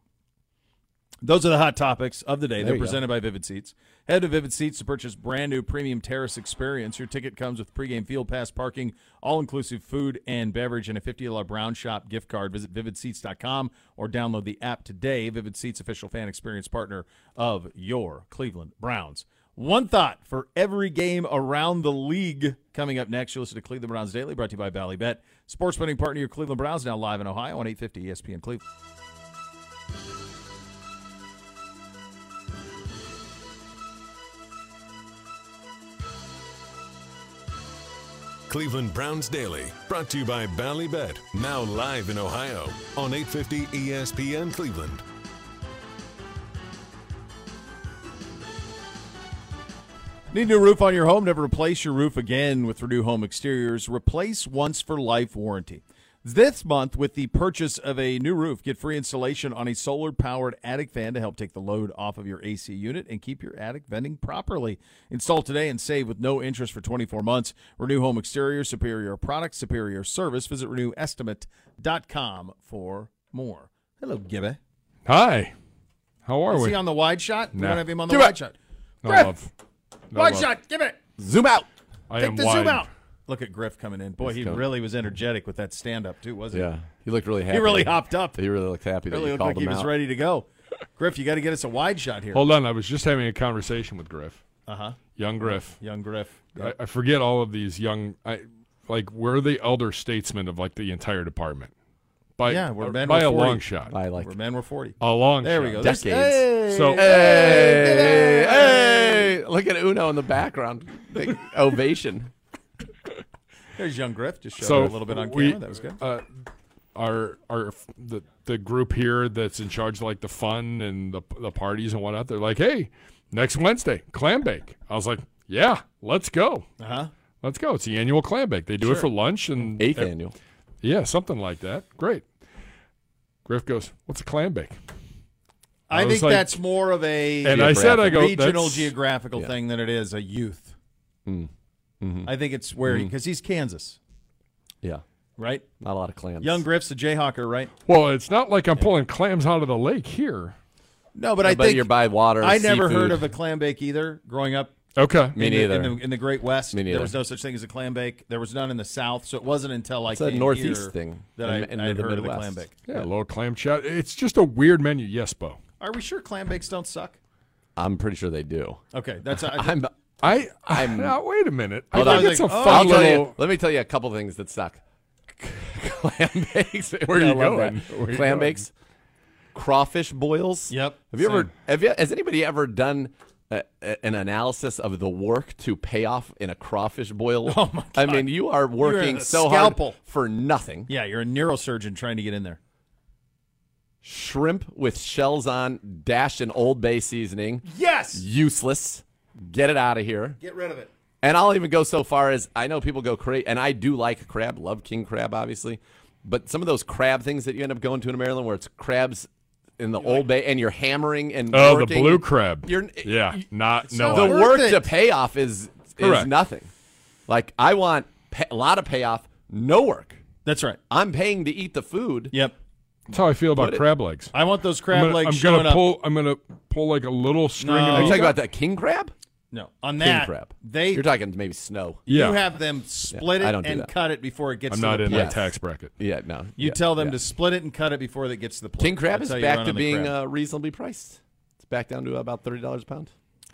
B: Those are the hot topics of the day.
C: There
B: They're
C: you go.
B: presented by Vivid Seats. Head to Vivid Seats to purchase brand new premium terrace experience. Your ticket comes with pregame field pass parking, all inclusive food and beverage, and a $50 Brown Shop gift card. Visit vividseats.com or download the app today. Vivid Seats, official fan experience partner of your Cleveland Browns. One thought for every game around the league coming up next. You listen to Cleveland Browns Daily, brought to you by Ballybet. Sports betting partner, your Cleveland Browns, now live in Ohio on E 850 ESPN Cleveland.
A: Cleveland Browns Daily, brought to you by Ballybet, now live in Ohio on E 850 ESPN Cleveland.
B: Need a new roof on your home? Never replace your roof again with Renew Home Exteriors. Replace once for life warranty. This month, with the purchase of a new roof, get free installation on a solar powered attic fan to help take the load off of your AC unit and keep your attic venting properly. Install today and save with no interest for 24 months. Renew Home Exterior, superior product, superior service. Visit renewestimate.com for more. Hello, Gibby.
D: Hi. How are
B: Is
D: we?
B: he on the wide shot? We
D: Nah.
B: don't have him on the
D: Give
B: wide
D: it.
B: shot.
D: no
B: Griff.
D: love. No
B: Wide
D: love.
B: shot, give it.
C: Zoom out.
D: I am
B: Take the
D: wide.
B: zoom out. Look at Griff coming in. Boy, he
C: coming.
B: really was energetic with that stand up too, wasn't
C: Yeah, he looked really
B: he?
C: happy.
B: He really hopped up.
C: He really looked happy that
B: really
C: you
B: looked
C: called
B: like he
C: him
B: was
C: out.
B: ready to go. Griff, you got to get us a wide shot here.
D: Hold on. I was just having a conversation with Griff.
B: Uh huh.
D: Young Griff.
B: Young Griff.
D: I, I forget all of these young. I like we're the elder statesmen of like the entire department. By
B: Yeah, we're
D: uh,
B: men
D: by
B: with
D: a
B: 40.
D: long shot.
C: I like
B: We're men. We're forty.
D: A long.
B: There
D: shot.
B: we go. There's-
C: decades.
B: Hey!
D: So
C: Hey, hey, look at Uno in the background. Big ovation.
B: there's young Griff. Just showed
D: so
B: a little bit on
D: we-
B: camera. That was good.
D: Uh, our our the the group here that's in charge of like the fun and the the parties and whatnot. They're like, hey, next Wednesday, clam bake. I was like, yeah, let's go,
B: Uh huh.
D: let's go. It's the annual clam bake. They do it for lunch and
C: Eighth
D: ev-
C: annual.
D: Yeah, something like that. Great. Griff goes, what's a clam bake?
B: I,
D: I was
B: think
D: like-
B: that's more of a
D: And I said, I go,
B: regional
D: "That's- Hmm.
B: geographical
C: Yeah.
B: thing than it is a youth.
D: Mm-hmm.
B: I think it's where because he's Kansas,
C: Yeah,
B: right?
C: not a lot of clams.
B: Young Griff's a Jayhawker, right?
D: Well, it's not like I'm pulling clams out of the lake here.
B: No, but I
C: I bet
B: think
C: you're by water.
B: I never
C: seafood.
B: heard of a clam bake either growing up.
D: Okay.
C: Me
B: in the- In
C: neither.
B: the, in the, Great West,
C: Me
B: there was
C: neither.
B: no such thing as a clam bake. There was none in the South, so it wasn't until like
C: It's a Northeast thing
B: that
C: in-
B: I,
C: in
B: I had
C: the
B: heard of the
C: Midwest.
B: clam bake.
D: Yeah, a little clam chowder. It's just a weird menu. Yes, Bo.
B: Are we sure clam bakes don't suck?
C: I'm pretty sure they do.
B: Okay, that's I,
C: I'm.
D: I, I
C: I'm-
D: now, wait a minute. I
C: Hold
D: think
C: on.
D: it's a
B: Oh.
D: fun
C: I'll tell
D: little.
C: you. Let me tell you a couple things that suck. clam bakes.
D: Where you
C: I love that.
D: going? Where you
C: clam
D: going?
C: bakes, crawfish boils.
B: Yep,
C: Have you ever?
B: same.
C: Have you? Has anybody ever done? uh, a- An analysis of the work to pay off in a crawfish boil.
B: Oh my
C: I mean, you are working
B: a
C: so
B: scalpel.
C: hard for nothing.
B: yeah, you're a neurosurgeon trying to get in there.
C: Shrimp with shells on, dash in Old Bay seasoning.
B: Yes,
C: Useless. Get it out of here.
B: get rid of it.
C: And I'll even go so far as I know people go crazy, and I do like crab, love king crab, obviously. But some of those crab things that you end up going to in Maryland, where it's crabs in the Old Bay, and you're hammering and
D: Oh, the
C: working,
D: blue crab.
C: You're,
D: yeah, not no.
C: the
D: I-
B: worth
C: work
B: it.
C: to payoff is is
D: Correct.
C: nothing. Like I want pa a lot of payoff, no work.
B: That's right.
C: I'm paying to eat the food.
B: Yep,
D: that's how I feel about
C: Put it-
D: crab legs.
B: I want those crab
D: I'm gonna,
B: legs
D: I'm
B: showing
D: gonna
B: up.
D: pull. I'm gonna pull like a little string.
B: No.
C: Are you
D: Of
C: talking about that king crab?
B: No, on
C: King
B: that
C: crab.
B: they
C: You're talking maybe snow.
D: yeah,
B: you have them split
C: Yeah, I
B: it
C: don't do
B: and
C: that.
B: cut it before it gets.
D: I'm
B: to
D: not
B: the
D: in
B: plate.
D: that
C: Yes.
D: tax bracket.
C: Yeah, no.
B: You
C: yeah,
B: tell them
C: yeah.
B: to split it and cut it before it gets to the plate.
C: King crab
B: That's
C: is
B: how you
C: back
B: run
C: to
B: on the
C: being
B: crab.
C: uh, reasonably priced. It's back down to about thirty dollars a pound.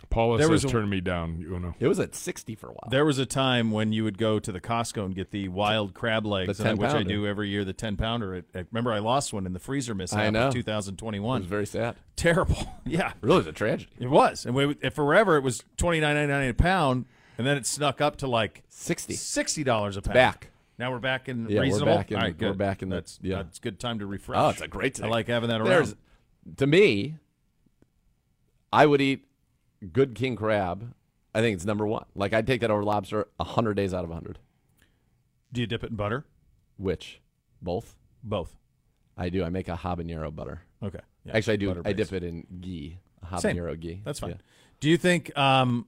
D: Paula
B: There
D: says
B: was a-
D: turn me down. You know.
C: It was at sixty for a while.
B: There was a time when you would go to the Costco and get the wild crab legs, and I- which I
C: 10-pounder.
B: do every year, the 10 pounder. It, it- remember, I lost one in the freezer mishap
C: I know.
B: in
C: it was
B: 2021.
C: very sad.
B: Terrible. yeah,
C: Really, it was a tragedy.
B: it was. And we, it, forever, it was twenty nine ninety nine a pound, and then it snuck up to like
C: Sixty.
B: $60 a pound.
C: Back.
B: Now we're back in
C: Yeah, we're
B: reasonable.
C: back in-
B: All right,
C: we're
B: good.
C: back in the-
B: that's
C: yeah.
B: That's good time to refresh.
C: Oh, it's a great.
B: I
C: Thing.
B: like having that around.
C: There's, to me, I would eat good king crab. I think it's number one. Like I'd take that over lobster hundred days out of hundred.
B: do you dip it in butter?
C: Which, both.
B: Both.
C: I do. I make a habanero butter.
B: Okay. Yeah,
C: Actually, I do.
B: butter
C: I
B: base.
C: dip it in ghee, a
B: Same.
C: habanero ghee.
B: That's fine.
C: Yeah.
B: Do you think? Um,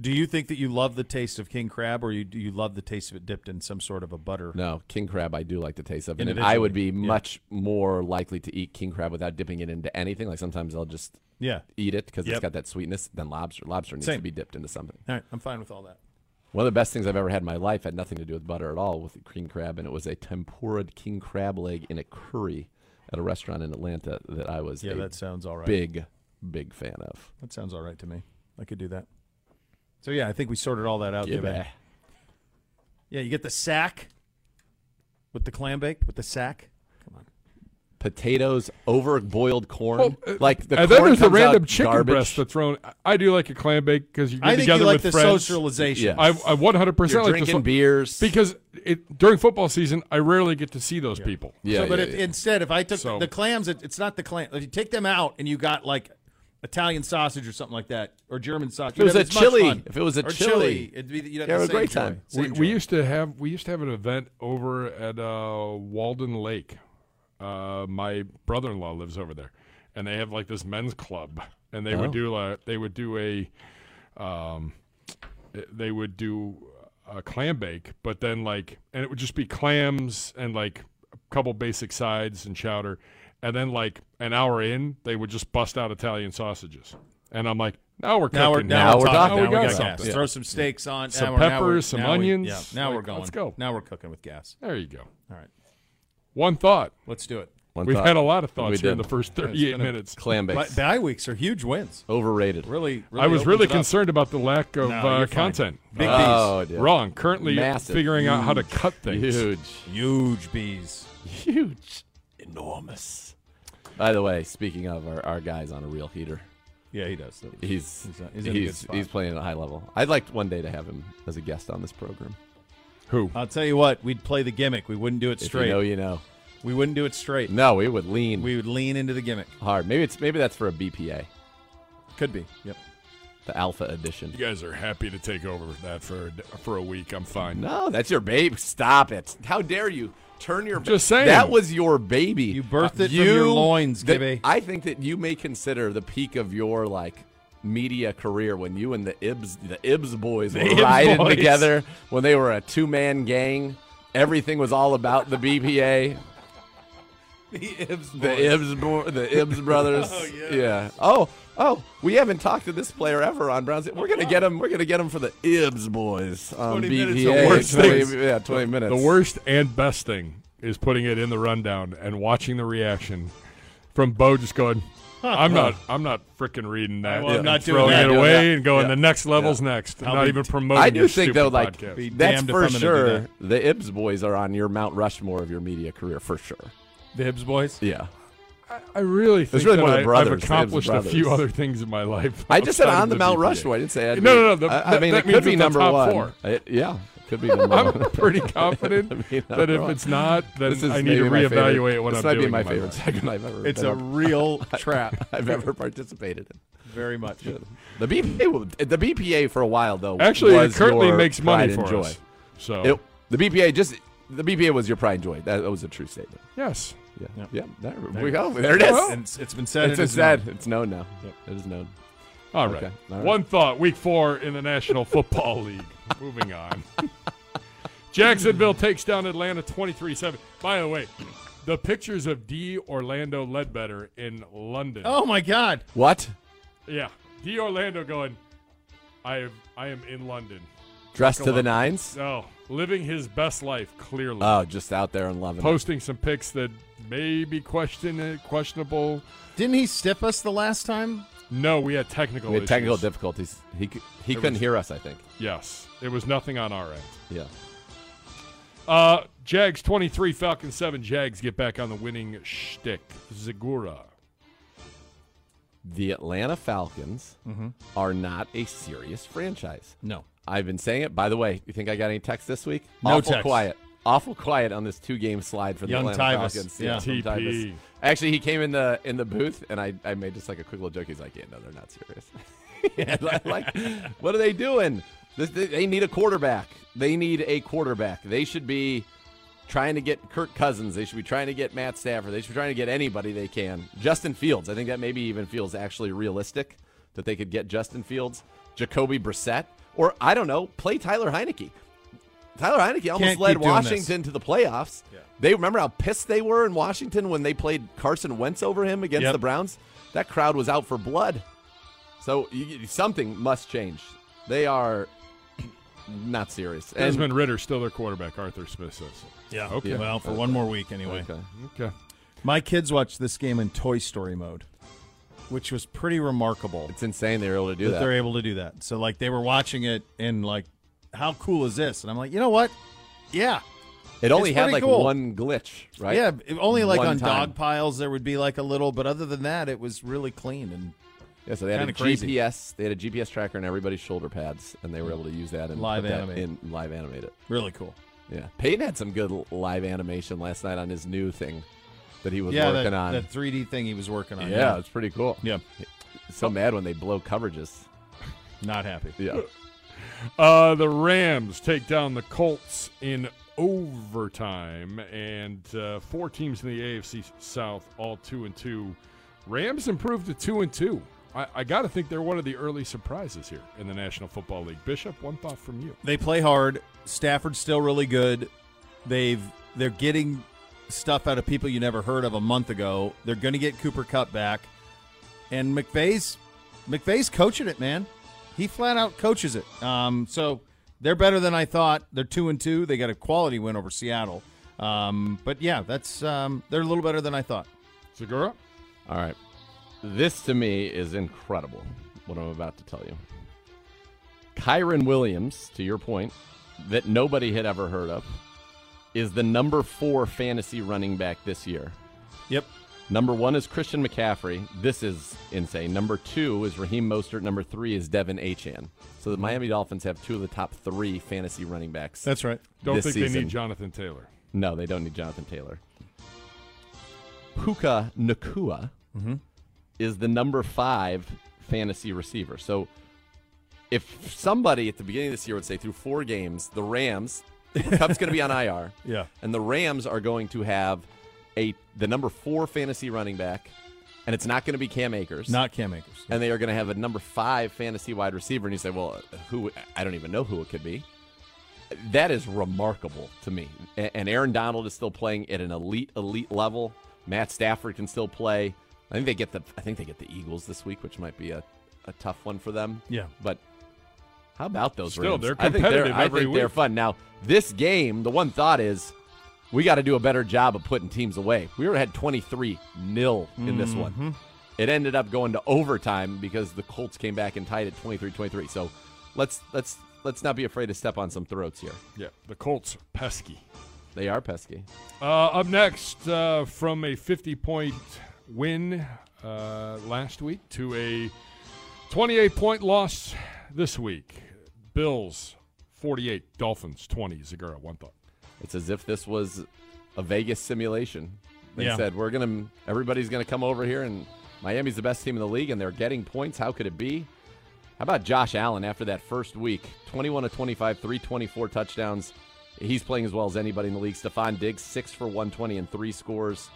B: do you think that you love the taste of king crab, or you do you love the taste of it dipped in some sort of a butter?
C: No, king crab I do like the taste of, and if- I would be much more likely to eat king crab without dipping it into anything. Like sometimes I'll just
B: Yeah.
C: eat it because
B: Yep.
C: it's got that sweetness. Then lobster, lobster needs
B: Same.
C: to be dipped into something.
B: All right, I'm fine with all that.
C: One of the best things I've ever had in my life had nothing to do with butter at all with the king crab, and it was a tempura king crab leg in a curry at a restaurant in Atlanta that I was
B: Yeah,
C: a
B: that sounds all right.
C: big, big fan of.
B: That sounds all right to me. I could do that. So yeah, I think we sorted all that out.
C: Yeah,
B: today.
C: man.
B: Yeah, you get the sack with the clam bake with the sack.
C: Potatoes over boiled corn.
D: Well, uh,
C: like the
D: and then
C: corn
D: there's the
C: comes
D: random
C: out
D: chicken
C: garbage.
D: breast that's thrown. I- I do like a clam bake because you get
B: I think
D: together
B: you like
D: with
B: the
D: friends.
B: socialization.
C: Yeah.
D: I, I 100
C: You're
D: percent like the
C: drinking
D: so-
C: beers.
D: because it, during football season I rarely get to see those people.
C: yeah,
B: so, but
C: yeah,
B: if,
C: yeah.
B: instead, if I took
D: So-
B: the clams, it, it's not the clam. If you take them out and you got like Italian sausage or something like that, or German sausage,
C: If it was
B: you'd
C: a
B: have as much
C: chili-
B: fun.
C: if it was a
B: Or
C: chili,
B: it'd be you'd have
C: you'd have
B: the
C: a
B: same
C: great
B: joy.
C: time.
B: Same
D: We,
B: joy.
D: we used to have we used to have an event over at uh, Walden Lake. Uh, my brother-in-law lives over there, and they have like this men's club, and they
B: Oh.
D: would do like they would do a, um, they would do a clam bake, but then like and it would just be clams and like a couple basic sides and chowder, and then like an hour in they would just bust out Italian sausages, and I'm like, now we're cooking,
B: now we're now, we're
C: talking.
B: talking. Now
C: Now we
B: we
C: got
B: got
C: something.
B: gas.
C: Yeah.
B: Throw some steaks on.
D: Some
B: now we're- now we're-
D: peppers, some
B: now we-
D: onions.
B: yeah, now
D: Like,
B: we're going.
D: let's go.
B: Now we're cooking with gas.
D: There you go.
B: All right,
D: One thought.
B: let's do it.
C: One
D: We've
C: thought.
D: had a lot of
C: We
D: thoughts here in
C: did.
D: the first 38 minutes.
C: clam
B: But
C: bakes.
B: bye weeks are huge wins.
C: Overrated.
B: Really,
D: I was really
B: opens it
D: concerned about the lack of
B: No,
D: uh,
B: you're fine.
D: content.
B: Big
D: Uh,
C: Oh, dear.
D: Wrong. Currently
C: Massive.
D: figuring out how to cut things.
C: Huge.
B: up. Huge bees.
C: Huge. Enormous. By the way, speaking of our, our guys on a real heater,
B: Yeah, he does.
C: he's
B: He's
C: he's
B: a- he's
C: he's,
B: in a good spot.
C: he's playing at a high level. I'd like one day to have him as a guest on this program.
D: Who?
B: I'll tell you what, we'd play the gimmick. We wouldn't do it
C: If
B: straight.
C: you know, you know.
B: we wouldn't do it straight.
C: No, we would lean
B: We would lean into the gimmick.
C: hard. Maybe it's maybe that's for a BPA,
B: Could be. Yep.
C: the Alpha edition.
D: You guys are happy to take over that for a, d- for a week. I'm fine.
C: No, that's your baby. Stop it. How dare you turn your
D: Just saying.
C: That was your baby.
B: You birthed it from your loins,
C: that-
B: Gibby.
C: I think that you may consider the peak of your like media career when you and the Ibs the Ibs boys were
D: Ibs
C: riding
D: boys.
C: together when they were a two man gang. Everything was all about the BPA.
B: The Ibs.
C: The Ibs, bro- the Ibs brothers. oh, yeah. Oh, oh, we haven't talked to this player ever on Browns. We're gonna get him. We're gonna get him for the Ibs boys on
D: 20 minutes
C: BPA.
D: of worst
C: 20
D: things.
C: yeah, twenty minutes.
D: The worst and best thing is putting it in the rundown and watching the reaction from Bo just going, I'm not I'm not freaking reading that.
B: Well, I'm
D: and
B: not doing
D: throwing
B: that.
D: it
C: Yeah.
D: away
C: Yeah.
D: and going,
C: Yeah.
D: the next level's next. I'm
B: I'll
D: not
B: be-
D: even promoting
C: I do
D: your
C: think
D: stupid
C: though, like
D: podcast.
B: Be
C: that's
B: damned if
C: for
B: I'm gonna do
C: sure.
B: that.
C: The Ibs boys are on your Mount Rushmore of your media career for sure.
B: The Ibs boys.
C: Yeah,
D: I really think
C: really
D: that
C: one of
D: I,
C: the brothers,
D: I've
C: Ibs
D: accomplished a few
C: brothers.
D: other things in my life.
C: I just said
D: outside
C: on
D: of
C: the, Mount
D: BPA.
C: Rushmore. I didn't say. I'd
D: No,
C: be-
D: no, no, the-
C: I, I mean,
D: that
C: it
D: means
C: could be
D: it's the
C: number
D: top
C: one.
D: four.
C: I- yeah, it could be number
D: I'm
C: one.
D: pretty confident
C: mean, I'm
D: that if
C: wrong.
D: it's not, then
C: This is
D: I need to
C: maybe my favorite-
D: reevaluate what
C: this
D: I'm
C: might
D: doing.
C: be my
D: in
C: favorite
D: life.
C: segment I've ever.
B: It's
C: been
B: a
C: on.
B: real trap.
C: I've ever participated in.
B: Very much.
C: The BPA, will- the BPA for a while though.
D: Actually, it
C: was
D: currently
C: your
D: makes
C: pride
D: money for
C: and joy.
D: us. So
C: It- the BPA just the BPA was your pride and joy. That, that was a true statement.
D: yes,
C: Yeah,
B: Yep.
C: yeah. There, we go. There it is.
B: And it's, it's been said.
C: it's
B: it
C: a
B: is
C: sad.
B: known.
C: It's known now. It is known.
D: all right.
C: Okay, all right.
D: One thought. Week four in the National Football League. Moving on. Jacksonville takes down Atlanta 23-7. By the way, the pictures of D. Orlando Ledbetter in London.
B: Oh my God.
C: What?
D: Yeah, D. Orlando going. I have, I am in London.
C: Dressed to
D: Go
C: the
D: on.
C: nines?
D: So living his best life clearly.
C: Oh, just out there and loving it.
D: posting some pics that may be question questionable.
B: Didn't he stiff us the last time?
D: No, we had technical
C: We had
D: issues.
C: technical difficulties. He c- he couldn't hear us. I think.
D: Yes, it was nothing on our end.
C: Yeah.
D: Uh, Jags 23, Falcons 7. Jags get back on the winning shtick. Zagura.
C: The Atlanta Falcons are not a serious franchise.
B: No.
C: I've been saying it. By the way, you think I got any texts this week?
B: No
C: Awful
B: texts.
C: quiet. Awful quiet on this two-game slide for the
B: Young
C: Atlanta
B: Tyvus.
C: Falcons.
B: Yeah.
C: from
D: TP.
C: Tyvus. Actually, he came in the in the booth, and I, I made just like a quick little joke. He's like, "Yeah, no, they're not serious." And I'm like, what are they doing? This, they, they need a quarterback. They need a quarterback. They should be trying to get Kirk Cousins. They should be trying to get Matt Stafford. They should be trying to get anybody they can. Justin Fields. I think that maybe even feels actually realistic that they could get Justin Fields, Jacoby Brissett, or I don't know, play Tyler Heineke. Tyler Heineke almost
B: Can't
C: led
B: keep doing this.
C: Washington to the playoffs. They remember how pissed they were in Washington when they played Carson Wentz over him against
B: Yep.
C: the Browns. That crowd was out for blood. So you, you- something must change. They are not serious. And-
D: Desmond Ritter, still their quarterback. Arthur Smith says.
B: Yeah.
D: Okay.
B: Well, for one more week anyway.
C: Okay.
D: Okay.
B: My kids watched this game in Toy Story mode. which was pretty remarkable
C: It's insane they were able to do
B: that they're
C: that.
B: able to do that. So like they were watching it and like, how cool is this? And I'm like, you know what? Yeah,
C: It only
B: it's
C: had
B: pretty
C: like
B: cool.
C: one glitch, right?
B: yeah. if- Only like
C: One
B: on
C: time.
B: dog piles there would be like a little, but other than that, it was really clean and
C: Yeah, so they had a
B: Kinda crazy.
C: GPS. They had a GPS tracker in everybody's shoulder pads, and they were able to use that and
B: Live
C: put that
B: animate.
C: in live animate it.
B: really cool.
C: Yeah, Peyton had some good l- live animation last night on his new thing that he was
B: yeah,
C: working
B: that,
C: on.
B: that 3D thing he was working on.
C: yeah, it's pretty cool.
B: yeah,
C: So mad when they blow coverages.
B: not happy.
C: Yeah,
D: Uh, the Rams take down the Colts in overtime, and uh, four teams in the AFC South, all two and two. Rams improved to two and two. I, I got to think they're one of the early surprises here in the National Football League. Bishop, one thought from you.
B: They play hard. Stafford's still really good. They've they're getting stuff out of people you never heard of a month ago. They're going to get Cooper Cup back, and McVay's McVay's coaching it, man. He flat out coaches it. Um, so they're better than I thought. They're two and two. They got a quality win over Seattle. Um, but yeah, that's um, they're a little better than I thought.
D: Segura?
C: All right. This to me is incredible, what I'm about to tell you. Kyron Williams, to your point, that nobody had ever heard of, is the number four fantasy running back this year.
B: Yep.
C: Number one is Christian McCaffrey. This is insane. Number two is Raheem Mostert. Number three is Devin Achan. So the Miami Dolphins have two of the top three fantasy running backs.
B: That's right.
D: Don't
C: This
D: think they
C: season.
D: need Jonathan Taylor.
C: No, they don't need Jonathan Taylor. Puka Nakua is the number five fantasy receiver. So if somebody at the beginning of this year would say through four games, the Rams, Cup's going to be on IR.
B: Yeah.
C: And the Rams are going to have a the number four fantasy running back, and it's not going to be Cam Akers.
B: Not Cam Akers.
C: and they are going to have a number five fantasy wide receiver. And you say, well, who? I don't even know who it could be. That is remarkable to me. A- And Aaron Donald is still playing at an elite, elite level. Matt Stafford can still play. I think they get the. I think they get the Eagles this week, which might be a, a tough one for them.
B: Yeah.
C: But how about those?
D: Still,
C: Rams?
D: they're
C: I think
D: competitive
C: they're, I
D: every
C: think they're
D: week.
C: fun. Now, this game, the one thought is, we got to do a better job of putting teams away. We already had 23 nil in this
D: Mm-hmm.
C: one. It ended up going to overtime because the Colts came back and tied at 23-23. So let's let's let's not be afraid to step on some throats here.
D: Yeah, the Colts, pesky.
C: They are pesky.
D: Uh, up next, uh, from a 50 point win uh, last week to a 28 point loss this week. Bills 48, Dolphins 20. Zagura, one thought.
C: It's as if this was a Vegas simulation. They
B: Yeah.
C: said we're gonna everybody's gonna come over here and Miami's the best team in the league and they're getting points. How could it be? How about Josh Allen after that first week? 21 to 25, 324 touchdowns. He's playing as well as anybody in the league. Stephon Diggs, six for 120 and three scores.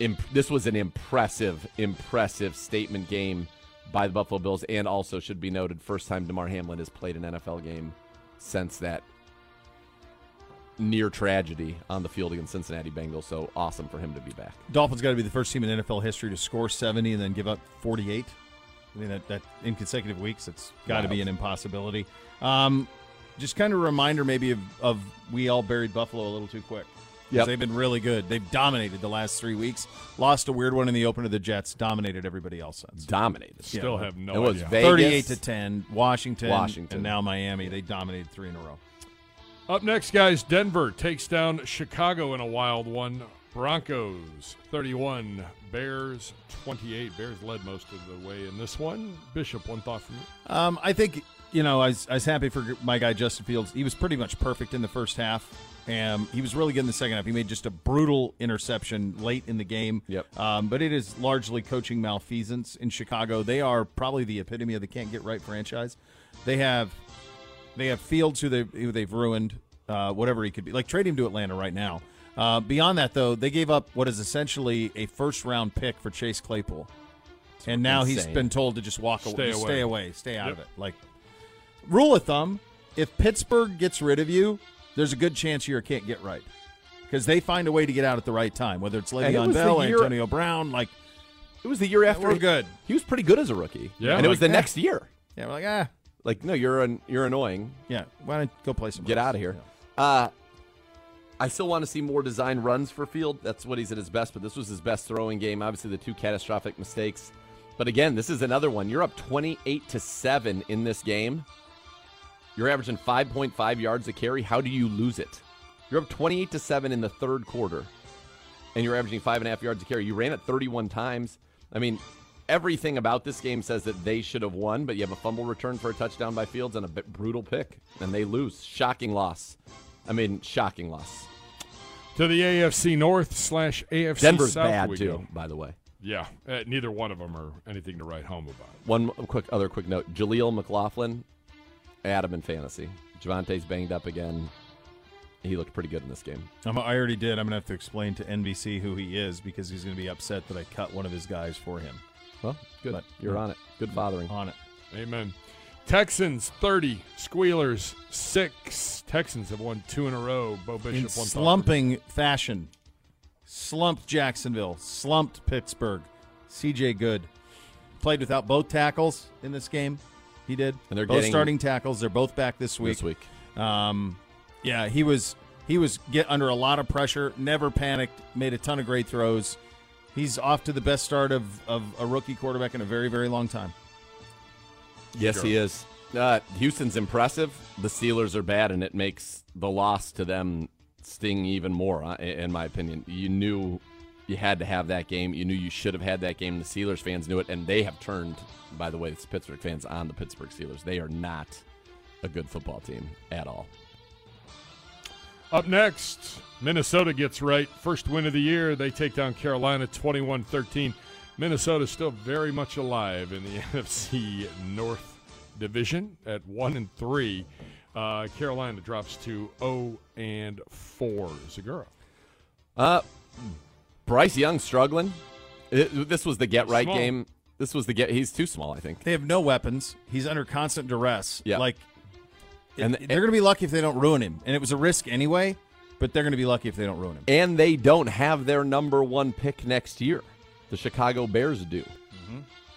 C: Imp- this was an impressive, impressive statement game by the Buffalo Bills, and also should be noted first time DeMar Hamlin has played an NFL game since that near tragedy on the field against Cincinnati Bengals. So awesome for him to be back.
B: Dolphins got to be the first team in NFL history to score 70 and then give up 48. I mean, that, that in consecutive weeks, it's got to
C: Wild.
B: be an impossibility. Um, just kind of a reminder, maybe, of, of we all buried Buffalo a little too quick. 'Cause
C: Yep.
B: They've been really good. They've dominated the last three weeks. Lost a weird one in the open to the Jets. Dominated everybody else since.
C: Dominated.
D: Still have no
C: it was
D: idea.
C: Vegas.
B: 38 to 10, Washington,
C: Washington.
B: and now Miami. They dominated three in a row.
D: Up next, guys, Denver takes down Chicago in a wild one. Broncos 31, Bears 28. Bears led most of the way in this one. Bishop, one thought from you.
B: Um, I think you know I was, I was happy for my guy Justin Fields. He was pretty much perfect in the first half. Um, he was really good in the second half. He made just a brutal interception late in the game.
C: Yep.
B: Um, but it is largely coaching malfeasance in Chicago. They are probably the epitome of the can't get right franchise. They have they have Fields who they who they've ruined. Uh, whatever he could be, like trade him to Atlanta right now. Uh, beyond that, though, they gave up what is essentially a first round pick for Chase Claypool, and now he's
C: insane.
B: been told to just walk away,
D: Stay
B: stay
D: away.
B: away, stay out
D: Yep.
B: of it. Like rule of thumb, if Pittsburgh gets rid of you, there's a good chance you're a can't get right because they find a way to get out at the right time, whether it's
C: it
B: Le'Veon
C: was the
B: Bell,
C: year-
B: Antonio Brown, like
C: It was the year after.
B: we're good.
C: He was pretty good as a rookie.
D: Yeah.
C: And it was the
D: Like,
C: next year.
B: yeah, we're like ah,
C: Like no, you're an, you're annoying.
B: yeah, why don't you go play some?
C: Get out of here. Uh, I still want to see more design runs for Field. That's what he's at his best, but this was his best throwing game. Obviously, the two catastrophic mistakes. But again, this is another one. You're up 28 to 7 in this game. You're averaging 5.5 yards a carry. How do you lose it? You're up 28 to 7 in the third quarter, and you're averaging five and a half yards a carry. You ran it 31 times. I mean, everything about this game says that they should have won, but you have a fumble return for a touchdown by Fields and a bit brutal pick, and they lose. Shocking loss. I mean, shocking loss.
D: To the AFC North slash AFC
C: Denver's
D: South
C: bad
D: we
C: too,
D: go.
C: by the way.
D: Yeah, uh, neither one of them are anything to write home about.
C: One quick other quick note: Jaleel McLaughlin, Adam in fantasy. Javante's banged up again. He looked pretty good in this game.
B: I'm, I already did. I'm gonna have to explain to NBC who he is because he's gonna be upset that I cut one of his guys for him
C: Well, good.
B: But-
C: You're on it. Good fathering.
B: on it.
D: Amen. Texans 30, Squealers 6. Texans have won two in a row. Bo Bishop
B: in
D: won top
B: slumping fashion. Slumped Jacksonville, slumped Pittsburgh. CJ Good played without both tackles in this game. He did.
C: And they're
B: both
C: getting-
B: starting tackles. They're both back this week.
C: This week.
B: Um, yeah, he was he was get under a lot of pressure. Never panicked. Made a ton of great throws. He's off to the best start of, of a rookie quarterback in a very very long time.
C: Yes, he is. Uh, Houston's impressive. The Steelers are bad, and it makes the loss to them sting even more, uh, i- in my opinion. You knew you had to have that game. You knew you should have had that game. The Steelers fans knew it, and they have turned, by the way, it's Pittsburgh fans on the Pittsburgh Steelers. They are not a good football team at all.
D: Up next, Minnesota gets right. First win of the year. They take down Carolina 21 13. Minnesota's still very much alive in the NFC North division at 1 and 3. Uh, Carolina drops to 0 and 4. Zagura.
C: Uh, Bryce Young struggling. It- this was the get right
D: Small.
C: game. This was the get. He's too small, I think.
B: They have no weapons. He's under constant duress.
C: Yeah.
B: Like
C: And-
B: and they're going to be lucky if they don't ruin him. And it was a risk anyway, but they're going to be lucky if they don't ruin him.
C: and they don't have their number one pick next year. The Chicago Bears do.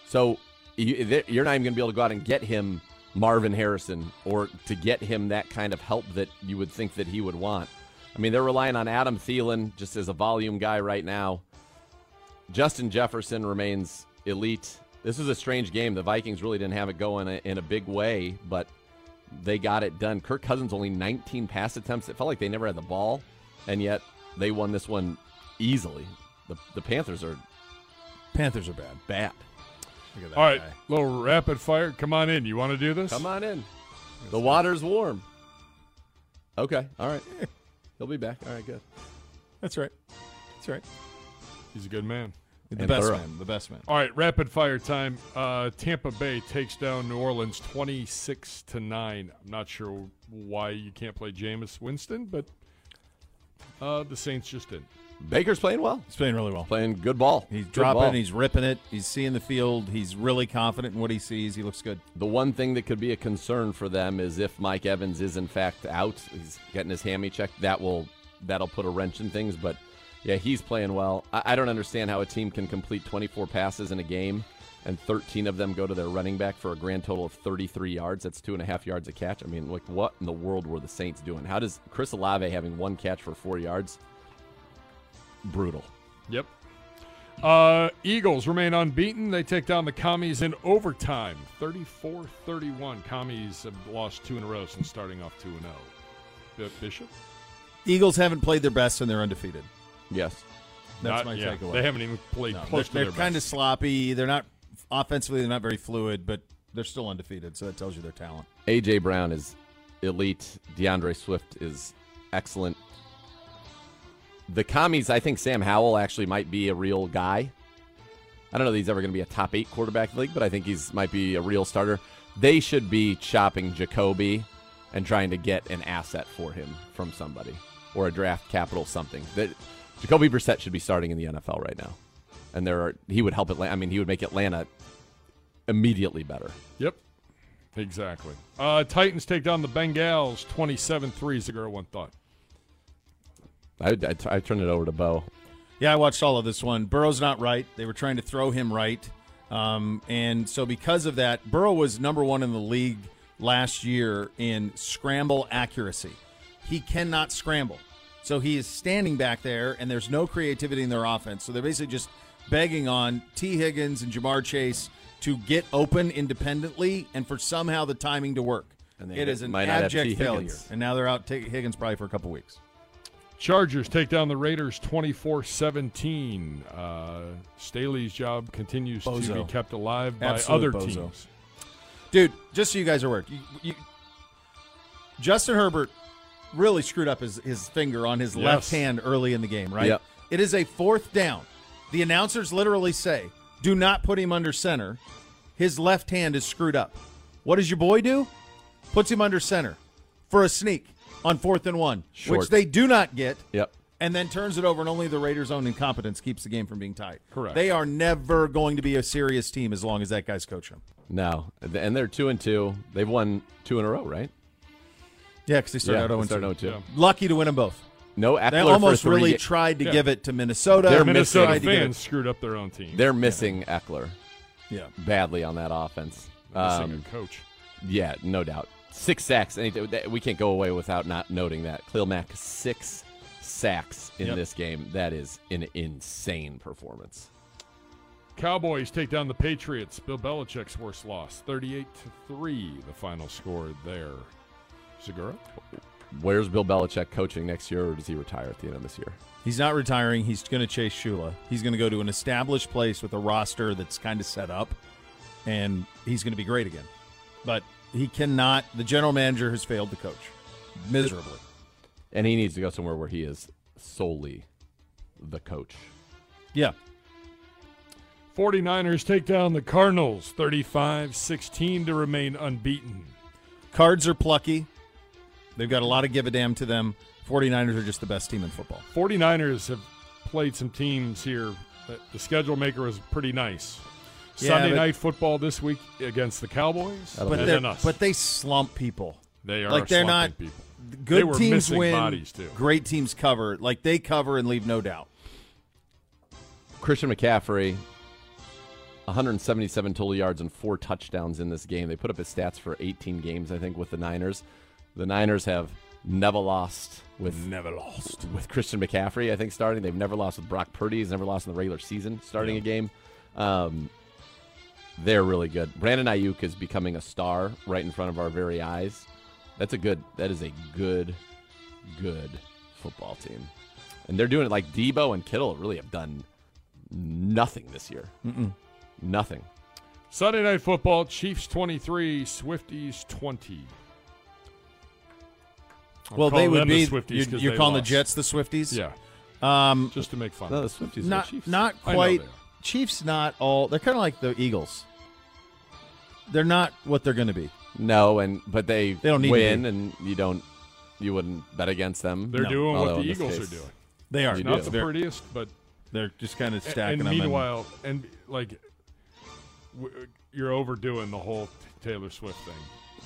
C: So you, they- you're not even going to be able to go out and get him Marvin Harrison or to get him that kind of help that you would think that he would want. I mean, they're relying on Adam Thielen just as a volume guy right now. Justin Jefferson remains elite. This was a strange game. The Vikings really didn't have it going in a, in a big way, but they got it done. Kirk Cousins only 19 pass attempts. It felt like they never had the ball, and yet they won this one easily. The, the Panthers are
B: Panthers are bad.
C: bad.
B: Look at that
D: All right,
B: guy.
D: little rapid fire. Come on in. You want to do this?
C: Come on in. The water's warm. Okay. All right. He'll be back. All right. Good.
B: That's right. That's right.
D: He's a good man.
B: The
C: And
B: best
C: thorough.
B: man. The best man.
D: All right, rapid fire time. Uh, Tampa Bay takes down New Orleans 26 to 9. I'm not sure why you can't play Jameis Winston, but uh, the Saints just didn't.
C: Baker's playing well.
B: He's playing really well.
C: Playing good ball.
B: He's
C: Good
B: dropping.
C: ball.
B: He's ripping it. He's seeing the field. He's really confident in what he sees. He looks good.
C: The one thing that could be a concern for them is if Mike Evans is in fact out, he's getting his hammy checked. That will that'll put a wrench in things. But yeah, he's playing well. I, I don't understand how a team can complete 24 passes in a game and 13 of them go to their running back for a grand total of 33 yards. That's two and a half yards a catch. I mean, like what in the world were the Saints doing? How does Chris Olave having one catch for four yards? Brutal.
D: Yep. Uh, Eagles remain unbeaten. They take down the Commies in overtime 34 31. Commies have lost two in a row since starting off 2 0. Bi- Bishop?
B: Eagles haven't played their best and they're undefeated.
C: Yes.
B: That's
D: Not-
B: my
D: yeah,
B: takeaway.
D: They haven't even played
B: No,
D: close
B: they're
D: to their
B: kind of
D: best.
B: sloppy. They're not offensively. They're not very fluid, but they're still undefeated. So that tells you their talent.
C: AJ Brown is elite. DeAndre Swift is excellent. The commies, I think Sam Howell actually might be a real guy. I don't know that he's ever going to be a top eight quarterback in the league, but I think he's might be a real starter. They should be chopping Jacoby and trying to get an asset for him from somebody or a draft capital something. That Jacoby Brissett should be starting in the NFL right now, and there are he would help Atlanta. I mean, he would make Atlanta immediately better.
D: Yep. Exactly. Uh, Titans take down the Bengals 27 3. Zagura, one thought.
C: I, I, I turn it over to Bo.
B: Yeah, I watched all of this one. Burrow's not right. They were trying to throw him right. Um, and so because of that, Burrow was number one in the league last year in scramble accuracy. He cannot scramble. So he is standing back there, and there's no creativity in their offense. So they're basically just begging on T. Higgins and Jamar Chase to get open independently and for somehow the timing to work.
C: And they
B: it is an
C: might not have T.
B: abject failure.
C: Higgins.
B: And now they're out T. Higgins probably for a couple weeks.
D: Chargers take down the Raiders 24 17. Uh, Staley's job continues to
B: Bozo.
D: be kept alive by
B: Absolute
D: other
B: bozo.
D: teams.
B: Dude, just so you guys are aware, you, you, Justin Herbert really screwed up his, his finger on his
D: Yes.
B: left hand early in the game, right?
C: Yep.
B: It is a fourth down. The announcers literally say, do not put him under center. His left hand is screwed up. What does your boy do? Puts him under center for a sneak on fourth and one, which
C: Short.
B: they do not get
C: Yep.
B: and then turns it over, and only the Raiders' own incompetence keeps the game from being tight.
D: Correct.
B: They are never going to be a serious team as long as that guy's coaching them.
C: No, and they're two and two. They've won two in a row, right?
B: Yeah, because they started
C: they
B: out 0
C: started
B: 2.
C: out two.
D: Yeah.
B: Lucky to win them both.
C: No, Eckler
B: They almost
C: for three
B: really
C: ga-
B: tried to
D: Yeah.
B: give it to Minnesota.
C: They're
B: They
D: Minnesota
B: tried
D: fans
B: to give it-
D: screwed up their own team.
C: They're missing Eckler
B: Yeah.
C: badly on that offense.
D: Missing
C: Um,
D: a coach.
C: yeah, no doubt. Six sacks. and it- that- We can't go away without not noting that. Cleo Mack, six sacks in
B: Yep.
C: this game. That is an insane performance.
D: Cowboys take down the Patriots. Bill Belichick's worst loss, 38 to 3, the final score there. Segura?
C: Where's Bill Belichick coaching next year, or does he retire at the end of this year?
B: He's not retiring. He's going to chase Shula. He's going to go to an established place with a roster that's kind of set up, and he's going to be great again. But he cannot. The general manager has failed to coach miserably.
C: And he needs to go somewhere where he is solely the coach.
B: Yeah.
D: 49ers take down the Cardinals, 35 16 to remain unbeaten.
B: Cards are plucky. They've got a lot of give a damn to them. 49ers are just the best team in football.
D: 49ers have played some teams here. that The schedule maker is pretty nice.
B: Yeah,
D: Sunday
B: but-
D: night football this week against the Cowboys
B: But
D: and
B: they
D: then us.
B: but they slump people.
D: they are
B: like, they're
D: slumping
B: not-
D: people.
B: Good
D: They were
B: teams
D: missing
B: win.
D: bodies, too.
B: Great teams cover. Like they cover and leave no doubt.
C: Christian McCaffrey, 177 total yards and four touchdowns in this game. They put up his stats for 18 games, I think, with the Niners. The Niners have never lost with never lost with Christian McCaffrey. I think starting, they've never lost with Brock Purdy. He's never lost in the regular season starting a game. Um, they're really good. Brandon Ayuk is becoming a star right in front of our very eyes. That's a good. That is a good, good football team, and they're doing it like Debo and Kittle really have done nothing this year. Mm-mm. Nothing.
D: Sunday night football, Chiefs 23, Swifties 20. I'm
B: well, they
D: calling
B: would
D: them
B: be.
D: the Swifties
B: you're
D: 'cause
B: you're
D: they
B: calling
D: lost.
B: the Jets the Swifties.
D: Yeah,
B: Um,
D: just to make fun.
C: No,
D: of
C: the
D: it.
C: Swifties are the
B: not
C: Chiefs.
B: not
D: I know
B: quite.
D: they are.
B: Chiefs not all. They're kind of like the Eagles. They're not what they're going to be.
C: No, and but they they
B: don't need to
C: win,
B: be.
C: and you don't you wouldn't bet against them.
D: They're
B: No.
D: doing what
C: Although
D: the
C: in this
D: Eagles
C: case-
D: are doing.
B: They are.
C: You
D: Not
C: do.
D: the
B: They're,
D: prettiest, but
B: they're just kind of
D: and-
B: stacking
D: and
B: them. in.
D: meanwhile, and like w- you're overdoing the whole Taylor Swift thing.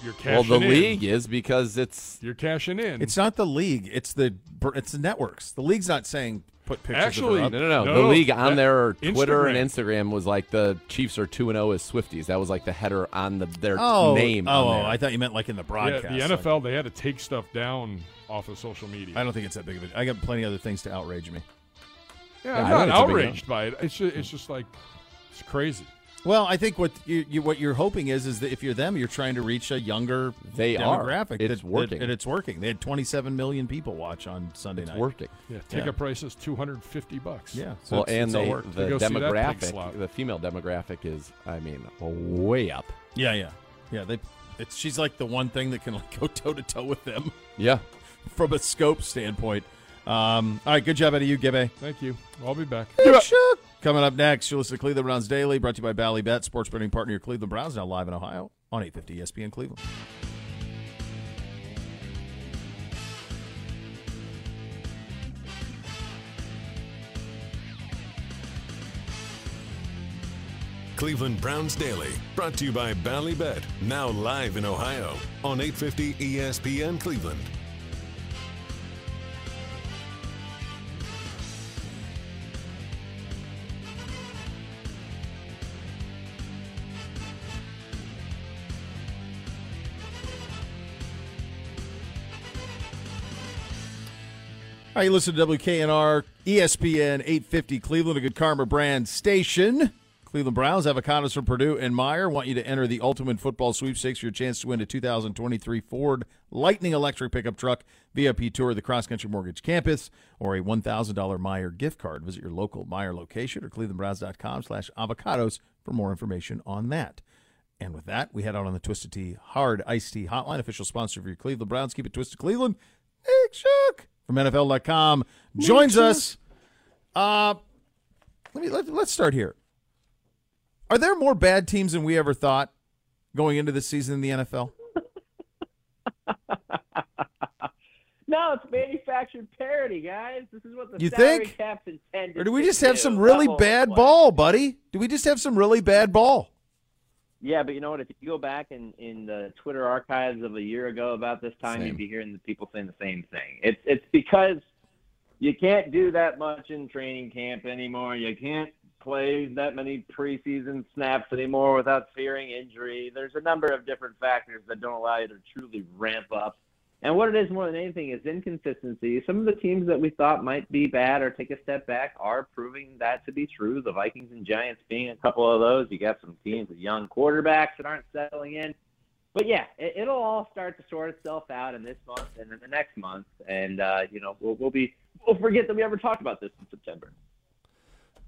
D: You're
C: Well,
D: cashing
C: the
D: in.
C: league is because it's
D: You're cashing in.
B: it's not the league. It's the it's the networks. The league's not saying put pictures.
D: Actually,
B: of her
C: no,
B: up.
C: no, no.
D: No,
C: the
D: no,
C: league on
D: that-
C: their Twitter and
D: Instagram.
C: Instagram was like the Chiefs are two and zero as Swifties. That was like the header on the their
B: Oh,
C: name.
B: Oh,
C: on
B: oh,
C: there.
B: I thought you meant like in the
D: yeah,
B: broadcast.
D: the NFL. they had to take stuff down off of social media.
B: I don't think it's that big of a. I got plenty of other things to outrage me.
D: yeah,
C: Yeah, I don't
D: I'm not
C: think it's a big
D: outraged by it. It's just, it's just like it's crazy.
B: Well, I think what you, you what you're hoping is is that if you're them, you're trying to reach a younger
C: They are.
B: demographic. that-
C: It's
B: that-
C: working.
B: and it's working. They had 27 million people watch on Sunday
C: it's
B: night.
C: working.
D: Yeah, ticket price is 250 bucks.
B: Yeah. So
C: Well,
B: it's-
C: and
B: it's all
C: they,
B: worked.
C: the
D: To go see that pig
C: demographic,
D: slop.
C: the female demographic is, I mean, way up.
B: yeah, yeah, yeah. They, it's she's like the one thing that can like go toe to toe with them
C: Yeah,
B: from a scope standpoint. Um, all right, good job out of you, Gibbe.
D: Thank you. I'll be back.
B: Coming up next, you'll listen to Cleveland Browns Daily, brought to you by Ballybet, sports betting partner, your Cleveland Browns, now live in Ohio on E 850 ESPN Cleveland.
A: Cleveland Browns Daily, brought to you by Ballybet, now live in Ohio on E 850 ESPN Cleveland.
B: All right, you listen to WKNR, ESPN 850 Cleveland, a good karma brand station. Cleveland Browns, avocados from Purdue and Meyer want you to enter the Ultimate Football Sweepstakes for your chance to win a 2023 Ford Lightning Electric pickup truck, VIP tour of the Cross Country Mortgage Campus, or a $1,000 Meyer gift card. Visit your local Meyer location or clevelandbrowns.com slash avocados for more information on that. And with that, we head out on the Twisted Tea Hard Iced Tea Hotline, official sponsor for your Cleveland Browns. Keep it twisted, Cleveland. Nick Shook from NFL.com joins us. Uh, let me let, let's start here. Are there more bad teams than we ever thought going into this season in the NFL?
F: No, it's manufactured parody, guys. This is what the
B: You
F: salary
B: think?
F: cap's intended.
B: Or do we
F: to
B: just have
F: do.
B: some really
F: Level
B: bad
F: play.
B: ball, buddy? Do we just have some really bad ball?
F: Yeah, but you know what? If you go back in, in the Twitter archives of a year ago about this time,
C: Same.
F: you'd be hearing the people saying the same thing. It's it's because you can't do that much in training camp anymore. You can't play that many preseason snaps anymore without fearing injury. There's a number of different factors that don't allow you to truly ramp up. And what it is more than anything is inconsistency. Some of the teams that we thought might be bad or take a step back are proving that to be true. The Vikings and Giants being a couple of those. You got some teams with young quarterbacks that aren't settling in. But yeah, it, it'll all start to sort itself out in this month and in the next month, and uh, you know we'll, we'll be we'll forget that we ever talked about this in September.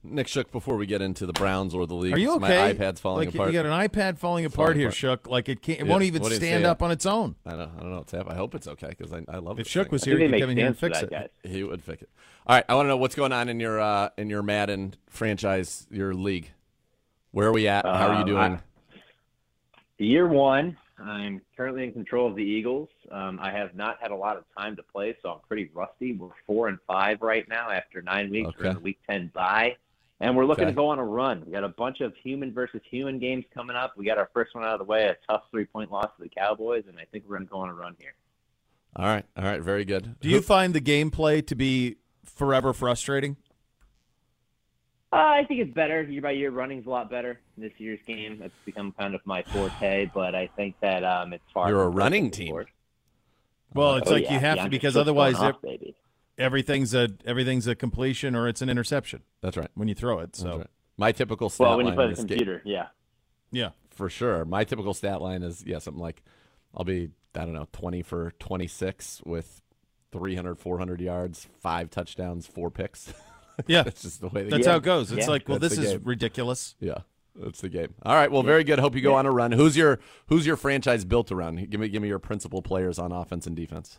C: Nick Shook, before we get into the Browns or the league,
B: Are you
C: my
B: okay?
C: iPad's falling
B: like,
C: apart.
B: You got an iPad falling apart
C: falling
B: here,
C: apart.
B: Shook. Like it can't, it
C: Yeah,
B: won't even
C: what do you
B: stand
C: say?
B: up on its own.
C: I don't, I don't know what's happening. I hope it's okay because I, I love
B: If
C: this
B: Shook
C: thing.
B: was
F: I
B: here,
F: think
B: he
F: they
B: could
F: make
B: come in here and
F: sense for
B: fix
F: that,
B: it.
F: guys.
C: He would fix it. All right, I want to know what's going on in your uh, in your Madden franchise, your league. Where are we at? How are you
F: Um,
C: doing?
F: I- Year one, I'm currently in control of the Eagles. Um, I have not had a lot of time to play, so I'm pretty rusty. We're four and five right now after nine weeks. We're in
C: Okay.
F: the week ten bye, and we're looking
C: Okay.
F: to go on a run. We got a bunch of human versus human games coming up. We got our first one out of the way, a tough three point loss to the Cowboys, and I think we're going to go on a run here.
C: all right, all right, very good.
B: Do you find the gameplay to be forever frustrating?
F: Uh, I think it's better year by year. Running's a lot better in this year's game. That's become kind of my forte, but I think that um, it's far.
C: You're a
F: from
C: running
F: perfect
C: team.
F: for it.
B: Well, it's
F: Oh,
B: like
F: yeah.
B: you have
F: Yeah,
B: to
F: I'm just
B: because
F: what's going
B: otherwise
F: off,
B: ev-
F: baby.
B: everything's a everything's a completion or it's an interception
C: That's right.
B: when you throw it.
C: That's
B: So
C: right. My typical stat
F: Well, when you
C: line
F: play
C: in
F: the
C: this game-
F: computer, yeah.
B: yeah,
C: for sure. My typical stat line is yeah, something like I'll be I don't know, 20 for 26 with 300 400 yards, five touchdowns, four picks.
B: yeah.
C: that's just the way the
B: That's
C: game.
B: how it goes. It's
F: Yeah.
B: like, well,
C: That's
B: this
C: the
B: is
C: game.
B: ridiculous.
C: Yeah. That's the game. All right, well, very good. Hope you go on a run. Who's your who's your franchise built around? Give me give me your principal players on offense and defense.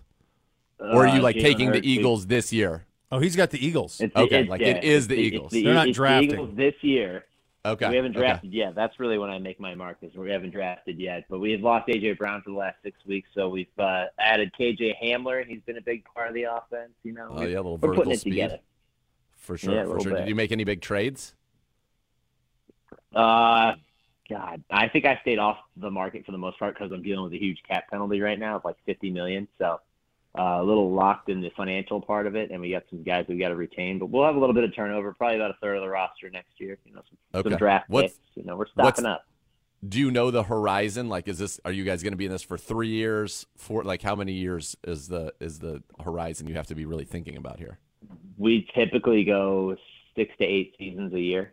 C: Or are you
F: Uh,
C: like
F: Jalen
C: taking
F: Hurts,
C: the Eagles this year?
B: Oh, he's got the Eagles.
F: It's,
C: Okay,
F: it's-
C: like,
F: yeah,
C: it is the
F: it's
C: Eagles.
F: it's the-
B: They're not
F: it's the
B: drafting.
F: Eagles this year.
C: Okay.
F: We haven't
C: okay.
F: drafted yet. That's really when I make my mark is we haven't drafted yet. But we have lost AJ Brown for the last six weeks, so we've uh, added KJ Hamler. He's been a big part of the offense. You know,
C: Oh,
F: We've-
C: yeah, a little
F: we're putting
C: vertical
F: it
C: speed.
F: together.
C: For sure.
F: Yeah, a
C: for
F: little
C: sure. Did
F: bit.
C: you make any big trades?
F: Uh, God, I think I stayed off the market for the most part because I'm dealing with a huge cap penalty right now of like 50 million. So uh, a little locked in the financial part of it, and we got some guys we got to retain. But we'll have a little bit of turnover, probably about a third of the roster next year. You know, some,
C: Okay.
F: some draft
C: What's-
F: picks. You know, we're
C: what's-
F: stocking up.
C: do you know the horizon like is this are you guys going to be in this for three years for like how many years is the is the horizon you have to be really thinking about here
F: We typically go six to eight seasons a year.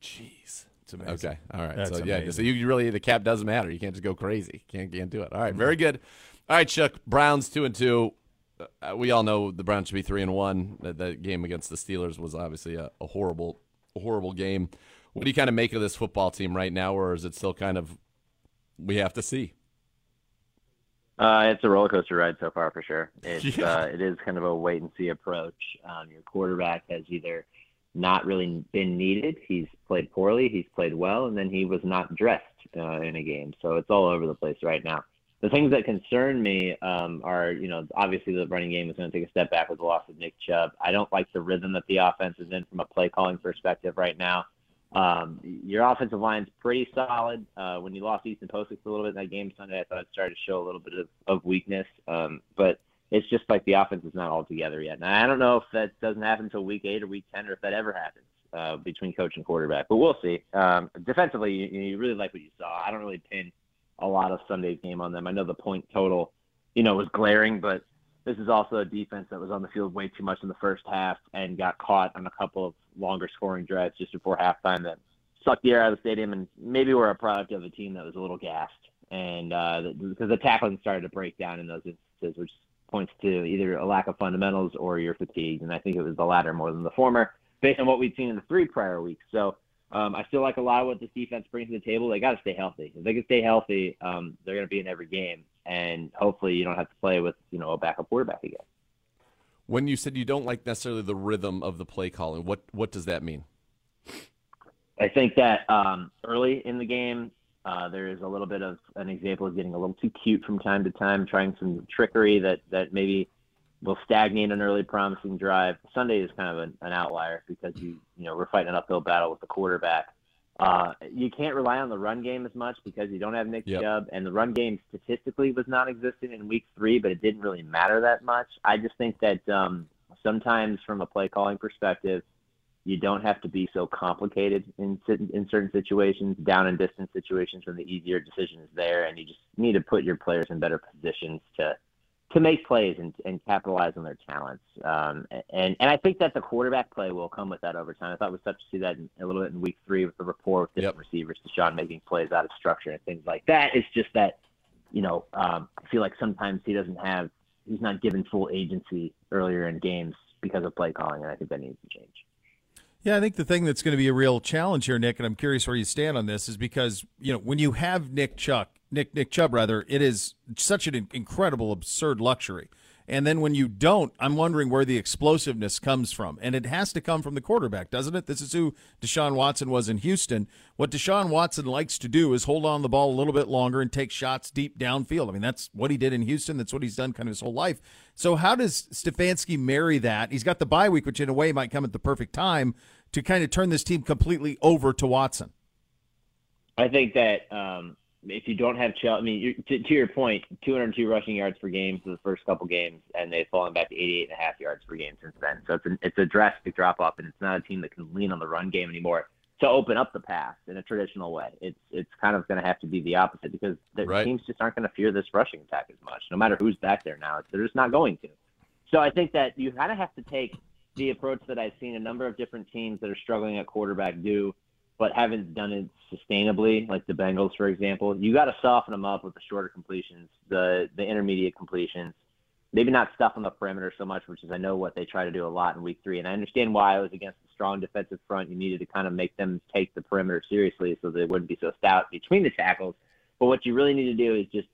C: jeez it's amazing okay all right
B: That's
C: so yeah so
B: amazing.
C: you you really the cap doesn't matter you can't just go crazy can't can't do it all right very good all right chuck browns two and two uh, we all know the browns should be three and one that, that game against the steelers was obviously a, a horrible a horrible game what do you kind of make of this football team right now or is it still kind of we have to see
F: Uh, it's a roller coaster ride so far for sure. It's
C: Yeah.
F: uh, it is kind of a wait and see approach. Um, your quarterback has either not really been needed, he's played poorly, he's played well, and then he was not dressed uh, in a game. So it's all over the place right now. The things that concern me um, are, you know, obviously the running game is going to take a step back with the loss of Nick Chubb. I don't like the rhythm that the offense is in from a play calling perspective right now. Um, your offensive line's pretty solid. Uh, when you lost Easton Posick a little bit in that game Sunday, I thought it started to show a little bit of, of weakness. Um, but it's just like the offense is not all together yet. And I don't know if that doesn't happen until week eight or week 10 or if that ever happens uh, between coach and quarterback, but we'll see. Um, defensively, you, you really like what you saw. I don't really pin a lot of Sunday's game on them. I know the point total, you know, was glaring, but this is also a defense that was on the field way too much in the first half and got caught on a couple of longer scoring drives just before halftime that sucked the air out of the stadium and maybe were a product of a team that was a little gassed and uh, th- because the tackling started to break down in those instances, which points to either a lack of fundamentals or you're fatigued. And I think it was the latter more than the former, based on what we've seen in the three prior weeks. So um, I still like a lot of what this defense brings to the table. They got to stay healthy. If they can stay healthy, um, they're going to be in every game, and hopefully you don't have to play with you know a backup quarterback again.
C: When you said you don't like necessarily the rhythm of the play calling, what what does that mean?
F: I think that um, early in the game, uh, there is a little bit of an example of getting a little too cute from time to time, trying some trickery that, that maybe will stagnate an early promising drive. Sunday is kind of an, an outlier because you you know we're fighting an uphill battle with the quarterback. Uh, you can't rely on the run game as much because you don't have Nick
C: Yep.
F: Chubb, and the run game statistically was non-existent in Week Three, but it didn't really matter that much. I just think that um, sometimes, from a play calling perspective, you don't have to be so complicated in cer- in certain situations, down and distance situations when the easier decision is there, and you just need to put your players in better positions to to make plays and, and capitalize on their talents. Um, and and I think that the quarterback play will come with that over time. I thought we started to see that in, a little bit in week three with the rapport with different receivers, Deshaun making plays out of structure and things like that. It's just that you know, um, I feel like sometimes he doesn't have, he's not given full agency earlier in games because of play calling, and I think that needs to change.
B: Yeah, I think the thing that's going to be a real challenge here, Nick, and I'm curious where you stand on this, is because you know when you have Nick Chuck, Nick Nick Chubb rather, it is such an incredible, absurd luxury. And then when you don't, I'm wondering where the explosiveness comes from, and it has to come from the quarterback, doesn't it? This is who Deshaun Watson was in Houston. What Deshaun Watson likes to do is hold on the ball a little bit longer and take shots deep downfield. I mean, that's what he did in Houston. That's what he's done kind of his whole life. So how does Stefanski marry that? He's got the bye week, which in a way might come at the perfect time to kind of turn this team completely over to Watson.
F: I think that um, if you don't have Chelsea, I mean, you to, to your point, 202 rushing yards per game for the first couple games, and they've fallen back to 88 and a half yards per game since then. So it's, an, it's a drastic drop off, and it's not a team that can lean on the run game anymore to open up the pass in a traditional way. It's it's kind of going to have to be the opposite because the
C: Right.
F: teams just aren't going to fear this rushing attack as much, no matter who's back there now. They're just not going to. So I think that you kind of have to take the approach that I've seen a number of different teams that are struggling at quarterback do, but haven't done it sustainably, like the Bengals, for example. You got to soften them up with the shorter completions, the the intermediate completions, maybe not stuff on the perimeter so much, which is I know what they try to do a lot in week three, and I understand why I was against the strong defensive front. You needed to kind of make them take the perimeter seriously so they wouldn't be so stout between the tackles. But what you really need to do is just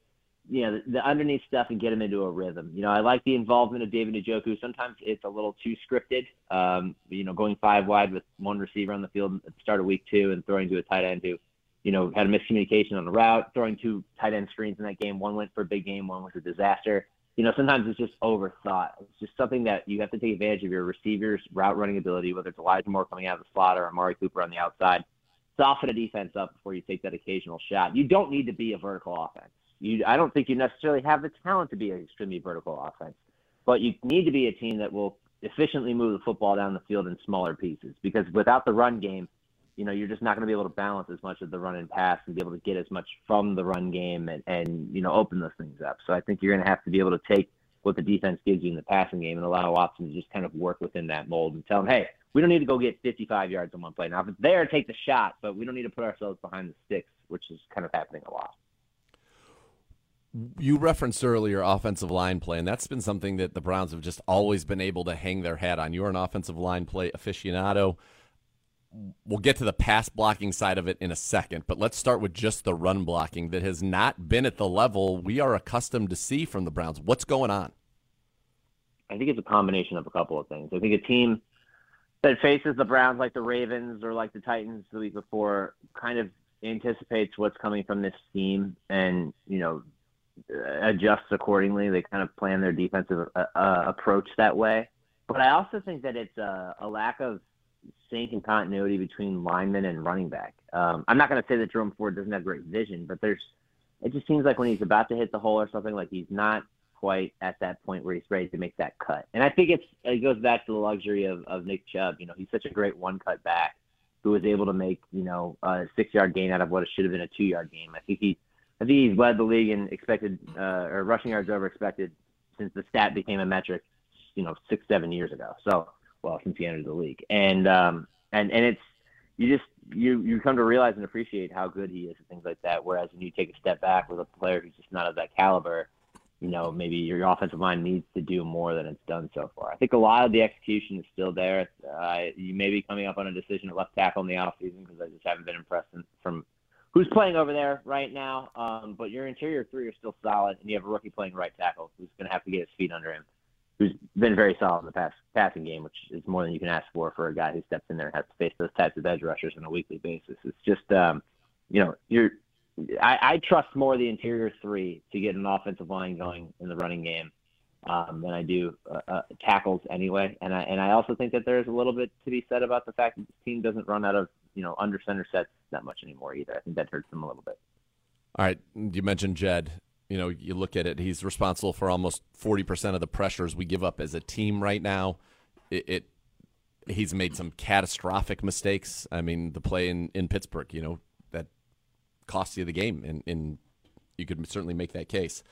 F: you know, the, the underneath stuff and get him into a rhythm. You know, I like the involvement of David Njoku. Sometimes it's a little too scripted. Um, you know, going five wide with one receiver on the field at the start of week two and throwing to a tight end who, you know, had a miscommunication on the route, throwing two tight end screens in that game. One went for a big game, one was a disaster. You know, sometimes it's just overthought. It's just something that you have to take advantage of your receiver's route running ability, whether it's Elijah Moore coming out of the slot or Amari Cooper on the outside soften a defense up before you take that occasional shot. You don't need to be a vertical offense. You, I don't think you necessarily have the talent to be an extremely vertical offense, but you need to be a team that will efficiently move the football down the field in smaller pieces because without the run game, you know, you're just not going to be able to balance as much of the run and pass and be able to get as much from the run game and, and you know, open those things up. So I think you're going to have to be able to take what the defense gives you in the passing game and allow Watson to just kind of work within that mold and tell him, hey, we don't need to go get 55 yards on one play. Now, if it's there, take the shot, but we don't need to put ourselves behind the sticks, which is kind of happening a lot.
C: You referenced earlier offensive line play, and that's been something that the Browns have just always been able to hang their hat on. You're an offensive line play aficionado. We'll get to the pass blocking side of it in a second, but let's start with just the run blocking that has not been at the level we are accustomed to see from the Browns. What's going on?
F: I think it's a combination of a couple of things. I think a team that faces the Browns like the Ravens or like the Titans the week before kind of anticipates what's coming from this team and, you know, adjusts accordingly. They kind of plan their defensive uh, uh, approach that way. But I also think that it's a, a lack of sync and continuity between lineman and running back. Um, I'm not going to say that Jerome Ford doesn't have great vision, but there's it just seems like when he's about to hit the hole or something, like he's not quite at that point where he's ready to make that cut. And I think it's it goes back to the luxury of, of Nick Chubb. You know, he's such a great one cut back who was able to make you know a six yard gain out of what should have been a two yard game. I think he I think he's led the league in expected uh, or rushing yards over expected since the stat became a metric, you know, six seven years ago. So well, since he entered the league, and um, and and it's you just you you come to realize and appreciate how good he is and things like that. Whereas when you take a step back with a player who's just not of that caliber, you know, maybe your offensive line needs to do more than it's done so far. I think a lot of the execution is still there. Uh, you may be coming up on a decision at left tackle in the offseason because I just haven't been impressed in, from who's playing over there right now. Um, but your interior three are still solid, and you have a rookie playing right tackle who's going to have to get his feet under him, who's been very solid in the past passing game, which is more than you can ask for for a guy who steps in there and has to face those types of edge rushers on a weekly basis. It's just, um, you know, you're I, I trust more the interior three to get an offensive line going in the running game um, than I do uh, uh, tackles anyway. And I and I also think that there's a little bit to be said about the fact that this team doesn't run out of you know under center sets that much anymore either. I think that hurts them a little bit.
C: All right, you mentioned Jed. You know, you look at it; he's responsible for almost forty percent of the pressures we give up as a team right now. It, it he's made some catastrophic mistakes. I mean, the play in in Pittsburgh, you know, that cost you the game, and, and you could certainly make that case.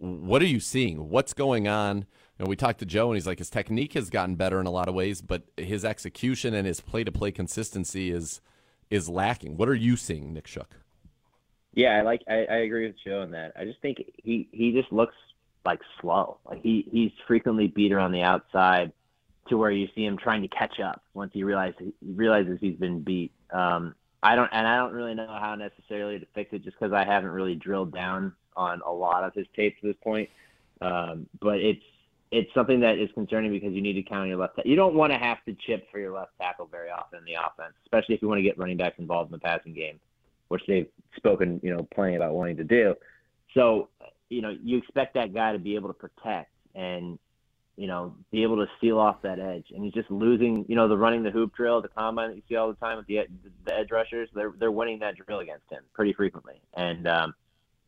C: What are you seeing? What's going on? You know, we talked to Joe, and he's like, his technique has gotten better in a lot of ways, but his execution and his play to play consistency is is lacking. What are you seeing, Nick Shook?
F: Yeah, I like I, I agree with Joe on that. I just think he he just looks like slow. Like he he's frequently beat around the outside to where you see him trying to catch up once he realizes he realizes he's been beat. Um, I don't and I don't really know how necessarily to fix it just because I haven't really drilled down on a lot of his tape to this point. Um, but it's it's something that is concerning because you need to count on your left. Ta- you don't want to have to chip for your left tackle very often in the offense, especially if you want to get running backs involved in the passing game, which they've spoken, you know, plenty about wanting to do. So, you know, you expect that guy to be able to protect and, you know, be able to seal off that edge. And he's just losing, you know, the running the hoop drill, the combine that you see all the time with the, e-, the edge rushers. They're they're winning that drill against him pretty frequently, and um,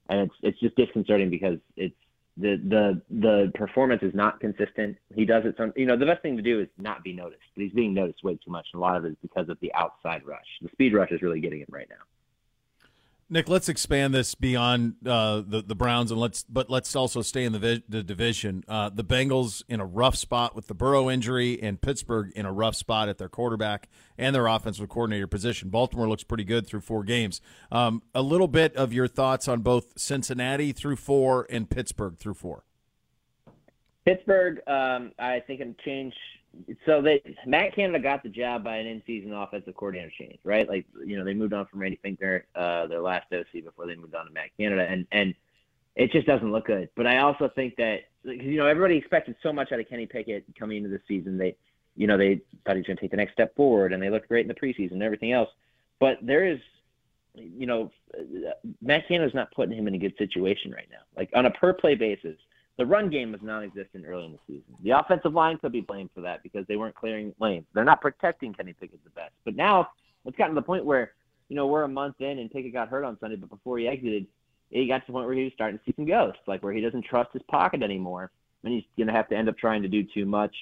F: and it's it's just disconcerting because it's the the the performance is not consistent. He does it some, you know, the best thing to do is not be noticed. But he's being noticed way too much, and a lot of it is because of the outside rush. The speed rush is really getting him right now.
B: Nick, let's expand this beyond uh, the the Browns, and let's but let's also stay in the vi- the division. Uh, the Bengals in a rough spot with the Burrow injury, and Pittsburgh in a rough spot at their quarterback and their offensive coordinator position. Baltimore looks pretty good through four games. Um, a little bit of your thoughts on both Cincinnati through four and Pittsburgh through four.
F: Pittsburgh, um, I think can change. So they Matt Canada got the job by an in-season offensive coordinator change, right? Like you know they moved on from Randy Finkner, uh, their last OC before they moved on to Matt Canada, and and it just doesn't look good. But I also think that like, you know everybody expected so much out of Kenny Pickett coming into the season. They you know they thought he was going to take the next step forward, and they looked great in the preseason and everything else. But there is you know Matt Canada's not putting him in a good situation right now. Like on a per play basis, the run game was non-existent early in the season. The offensive line could be blamed for that because they weren't clearing lanes. They're not protecting Kenny Pickett the best. But now it's gotten to the point where, you know, we're a month in and Pickett got hurt on Sunday, but before he exited, he got to the point where he was starting to see some ghosts, like where he doesn't trust his pocket anymore, and he's going to have to end up trying to do too much.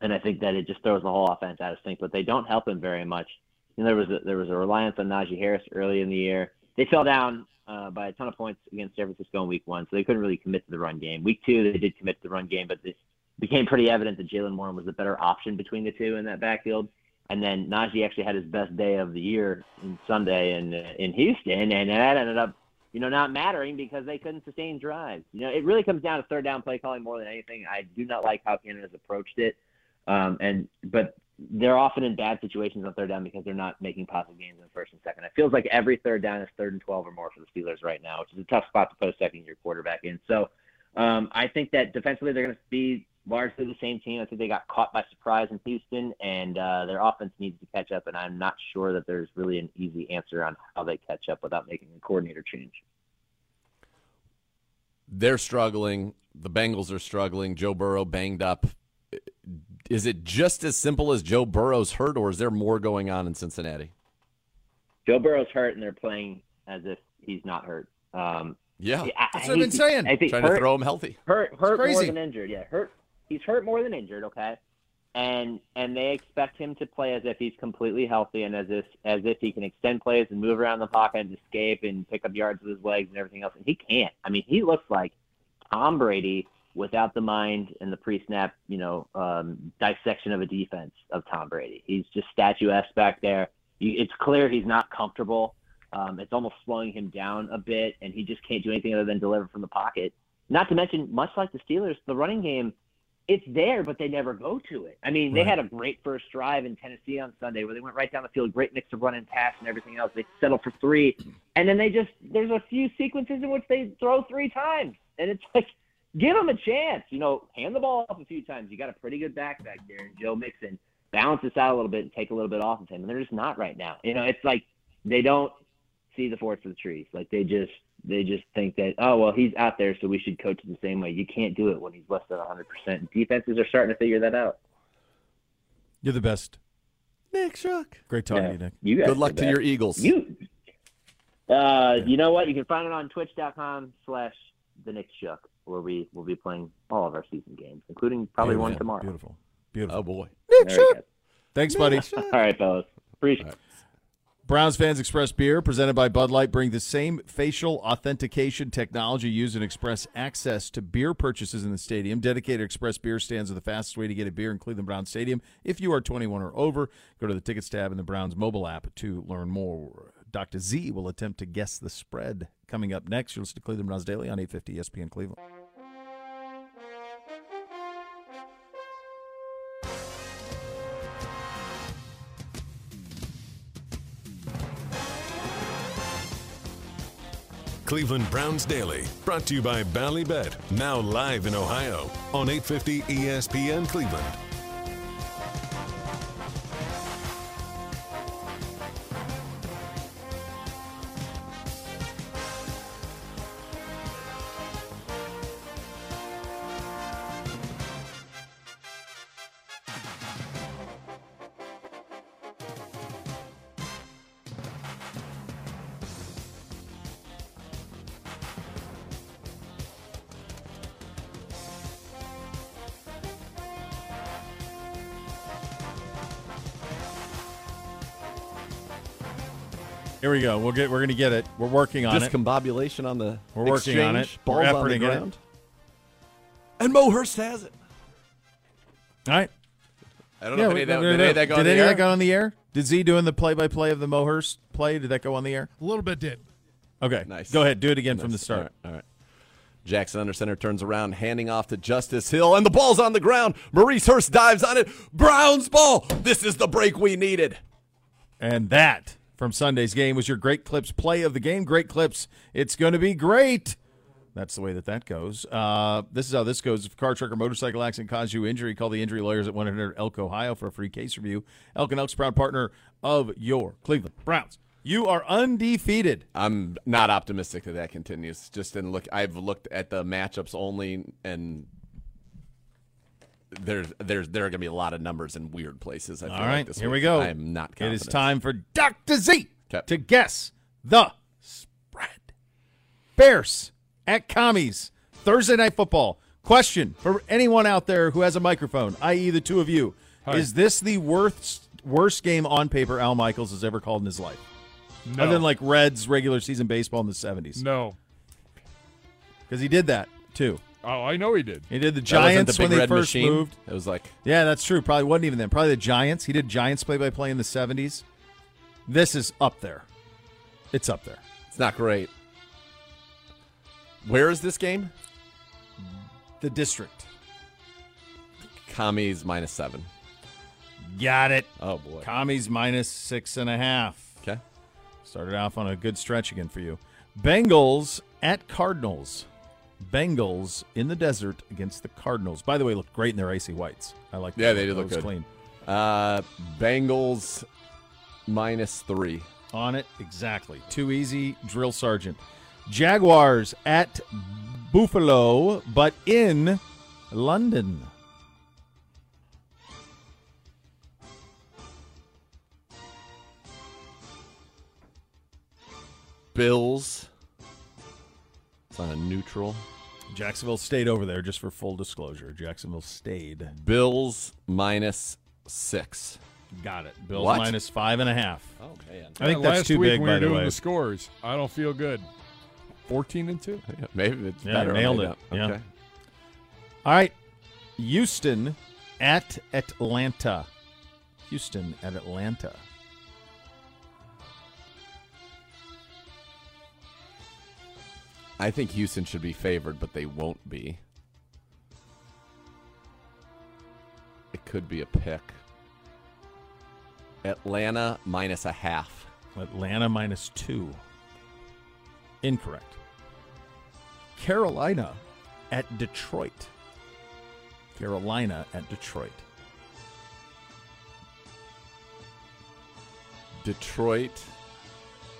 F: And I think that it just throws the whole offense out of sync. But they don't help him very much. You know, there was a, there was a reliance on Najee Harris early in the year. They fell down uh, by a ton of points against San Francisco in week one, so they couldn't really commit to the run game. Week two, they did commit to the run game, but it became pretty evident that Jalen Warren was the better option between the two in that backfield. And then Najee actually had his best day of the year on Sunday in uh, in Houston, and that ended up, you know, not mattering because they couldn't sustain drives. You know, it really comes down to third down play calling more than anything. I do not like how Canada's approached it, um, and but they're often in bad situations on third down because they're not making positive gains in first and second. It feels like every third down is third and 12 or more for the Steelers right now, which is a tough spot to put a second year quarterback in. So um, I think that defensively they're going to be largely the same team. I think they got caught by surprise in Houston, and uh, their offense needs to catch up. And I'm not sure that there's really an easy answer on how they catch up without making a coordinator change.
C: They're struggling. The Bengals are struggling. Joe Burrow banged up. Is it just as simple as Joe Burrow's hurt, or is there more going on in Cincinnati?
F: Joe Burrow's hurt, and they're playing as if he's not hurt. Um,
C: Yeah,
F: I- I
B: That's what I've
F: hate
B: been
F: to-
B: saying.
F: I think
C: trying
F: hurt-
C: to throw him healthy.
F: hurt hurt more
B: crazy.
F: than injured. Yeah, hurt. He's hurt more than injured. Okay, and and they expect him to play as if he's completely healthy and as if as if he can extend plays and move around the pocket and escape and pick up yards with his legs and everything else. And he can't. I mean, he looks like Tom Brady without the mind and the pre-snap, you know, um, dissection of a defense of Tom Brady. He's just statuesque back there. You, it's clear he's not comfortable. Um, it's almost slowing him down a bit, and he just can't do anything other than deliver from the pocket. Not to mention, much like the Steelers, the running game, it's there, but they never go to it. I mean, they had a great first drive in Tennessee on Sunday where they went right down the field, great mix of run and pass and everything else. They settle for three, and then they just there's a few sequences in which they throw three times, and it's like give them a chance. You know, hand the ball off a few times. You got a pretty good back back there, and Joe Mixon balance this out a little bit and take a little bit off of him, and they're just not right now. You know, it's like they don't see the forest for the trees. Like they just they just think that oh well he's out there so we should coach the same way. You can't do it when he's less than 100. percent Defenses are starting to figure that out.
B: You're the best.
C: Nick Shook.
B: Great talking
F: Yeah.
B: to you, Nick.
F: You guys
C: Good luck
F: did
C: to
F: that.
C: your Eagles.
F: You, uh, you know what? You can find it on twitch.com slash the Nick Shook, where we will be playing all of our season games, including probably one
B: Beautiful,
F: tomorrow.
B: Beautiful. Beautiful.
C: oh boy.
F: There we go.
B: Thanks, buddy.
F: All right, fellas. Appreciate
B: Browns Fans Express Beer, presented by Bud Light, bring the same facial authentication technology used in Express access to beer purchases in the stadium. Dedicated Express Beer stands are the fastest way to get a beer in Cleveland Browns Stadium. If you are 21 or over, go to the tickets tab in the Browns mobile app to learn more. Dr. Z will attempt to guess the spread. Coming up next, you'll listen to Cleveland Browns Daily on E 850 ESPN Cleveland.
A: Cleveland Browns Daily, brought to you by Ballybet, now live in Ohio on E 850 ESPN Cleveland.
B: Here we go. We'll get, we're going to get it. We're working on it.
C: Discombobulation on the
B: We're working on
C: exchange,
B: it. We're
C: Balls on the
B: efforting it.
C: ground. And Mo Hurst has it.
B: All right.
C: I don't
B: Yeah,
C: know if any
B: we-
C: of that,
B: we-
C: did any of that go
B: did
C: on the
B: any of
C: air?
B: that go on the air? Did Z doing the play-by-play of the Mohurst play? Did that go on the air?
G: A little bit did.
B: Okay,
C: Nice.
B: Go ahead, do it again from the
C: Nice.
B: start.
C: All right, all right. Jackson under center turns around, handing off to Justice Hill, and the ball's on the ground. Maurice Hurst dives on it. Brown's ball. This is the break we needed.
B: And that from Sunday's game was your Great Clips play of the game. Great Clips, it's going to be great. That's the way that that goes. Uh, this is how this goes. If a car, truck, or motorcycle accident caused you injury, call the injury lawyers at 100 Elk, Ohio for a free case review. Elk and Elk's proud partner of your Cleveland Browns. You are undefeated.
C: I'm not optimistic that that continues. Just in look, I've looked at the matchups only, and there's there's there are going to be a lot of numbers in weird places. I feel
B: All
C: like
B: right,
C: this
B: here
C: week.
B: we go.
C: I'm not. Confident.
B: It is time for Dr. Z
C: Okay.
B: to guess the spread. Bears at commies. Thursday night football. Question for anyone out there who has a microphone, i.e., the two of you: Is this the worst worst game on paper Al Michaels has ever called in his life,
D: No.
B: other than like Reds regular season baseball in the '70s?
D: no.
B: Because he did that too.
D: Oh, I know he did.
B: He did the
C: That wasn't
B: Giants
C: the big
B: when they
C: red
B: first
C: machine.
B: moved.
C: It was like
B: Yeah, that's true. Probably wasn't even then. Probably the Giants. He did Giants play by play in the 70s. This is up there. It's up there.
C: it's not great. Where is this game?
B: The district.
C: Commies minus seven.
B: Got it.
C: Oh boy.
B: Commies minus six and a half.
C: Okay.
B: Started off on a good stretch again for you. Bengals at Cardinals. Bengals in the desert against the Cardinals. By the way, looked great in their icy whites. I like
C: Yeah,
B: that.
C: they did
B: That
C: look
B: was
C: good.
B: clean.
C: Uh, Bengals minus three.
B: On it, exactly. Too easy, drill sergeant. Jaguars at Buffalo, but in London.
C: Bills. It's on a neutral.
B: Jacksonville stayed over there, just for full disclosure. Jacksonville stayed.
C: Bills minus six.
B: Got it. Bills
C: What?
B: minus five and a half.
C: Oh man.
B: I think
D: That
B: that's
D: Uh, last
B: too
D: week
B: big,
D: when
B: by
D: you're
B: the
D: doing
B: way.
D: the scores. I don't feel good. 14 and 2.
C: Maybe it's
B: Yeah,
C: better.
B: nailed
C: maybe
B: it.
C: not.
B: Yeah.
C: Okay.
B: All right. Houston at Atlanta. Houston at Atlanta.
C: I think Houston should be favored, but they won't be. It could be a pick. Atlanta minus a half.
B: Atlanta minus two. Incorrect. Carolina at Detroit. Carolina at Detroit.
C: Detroit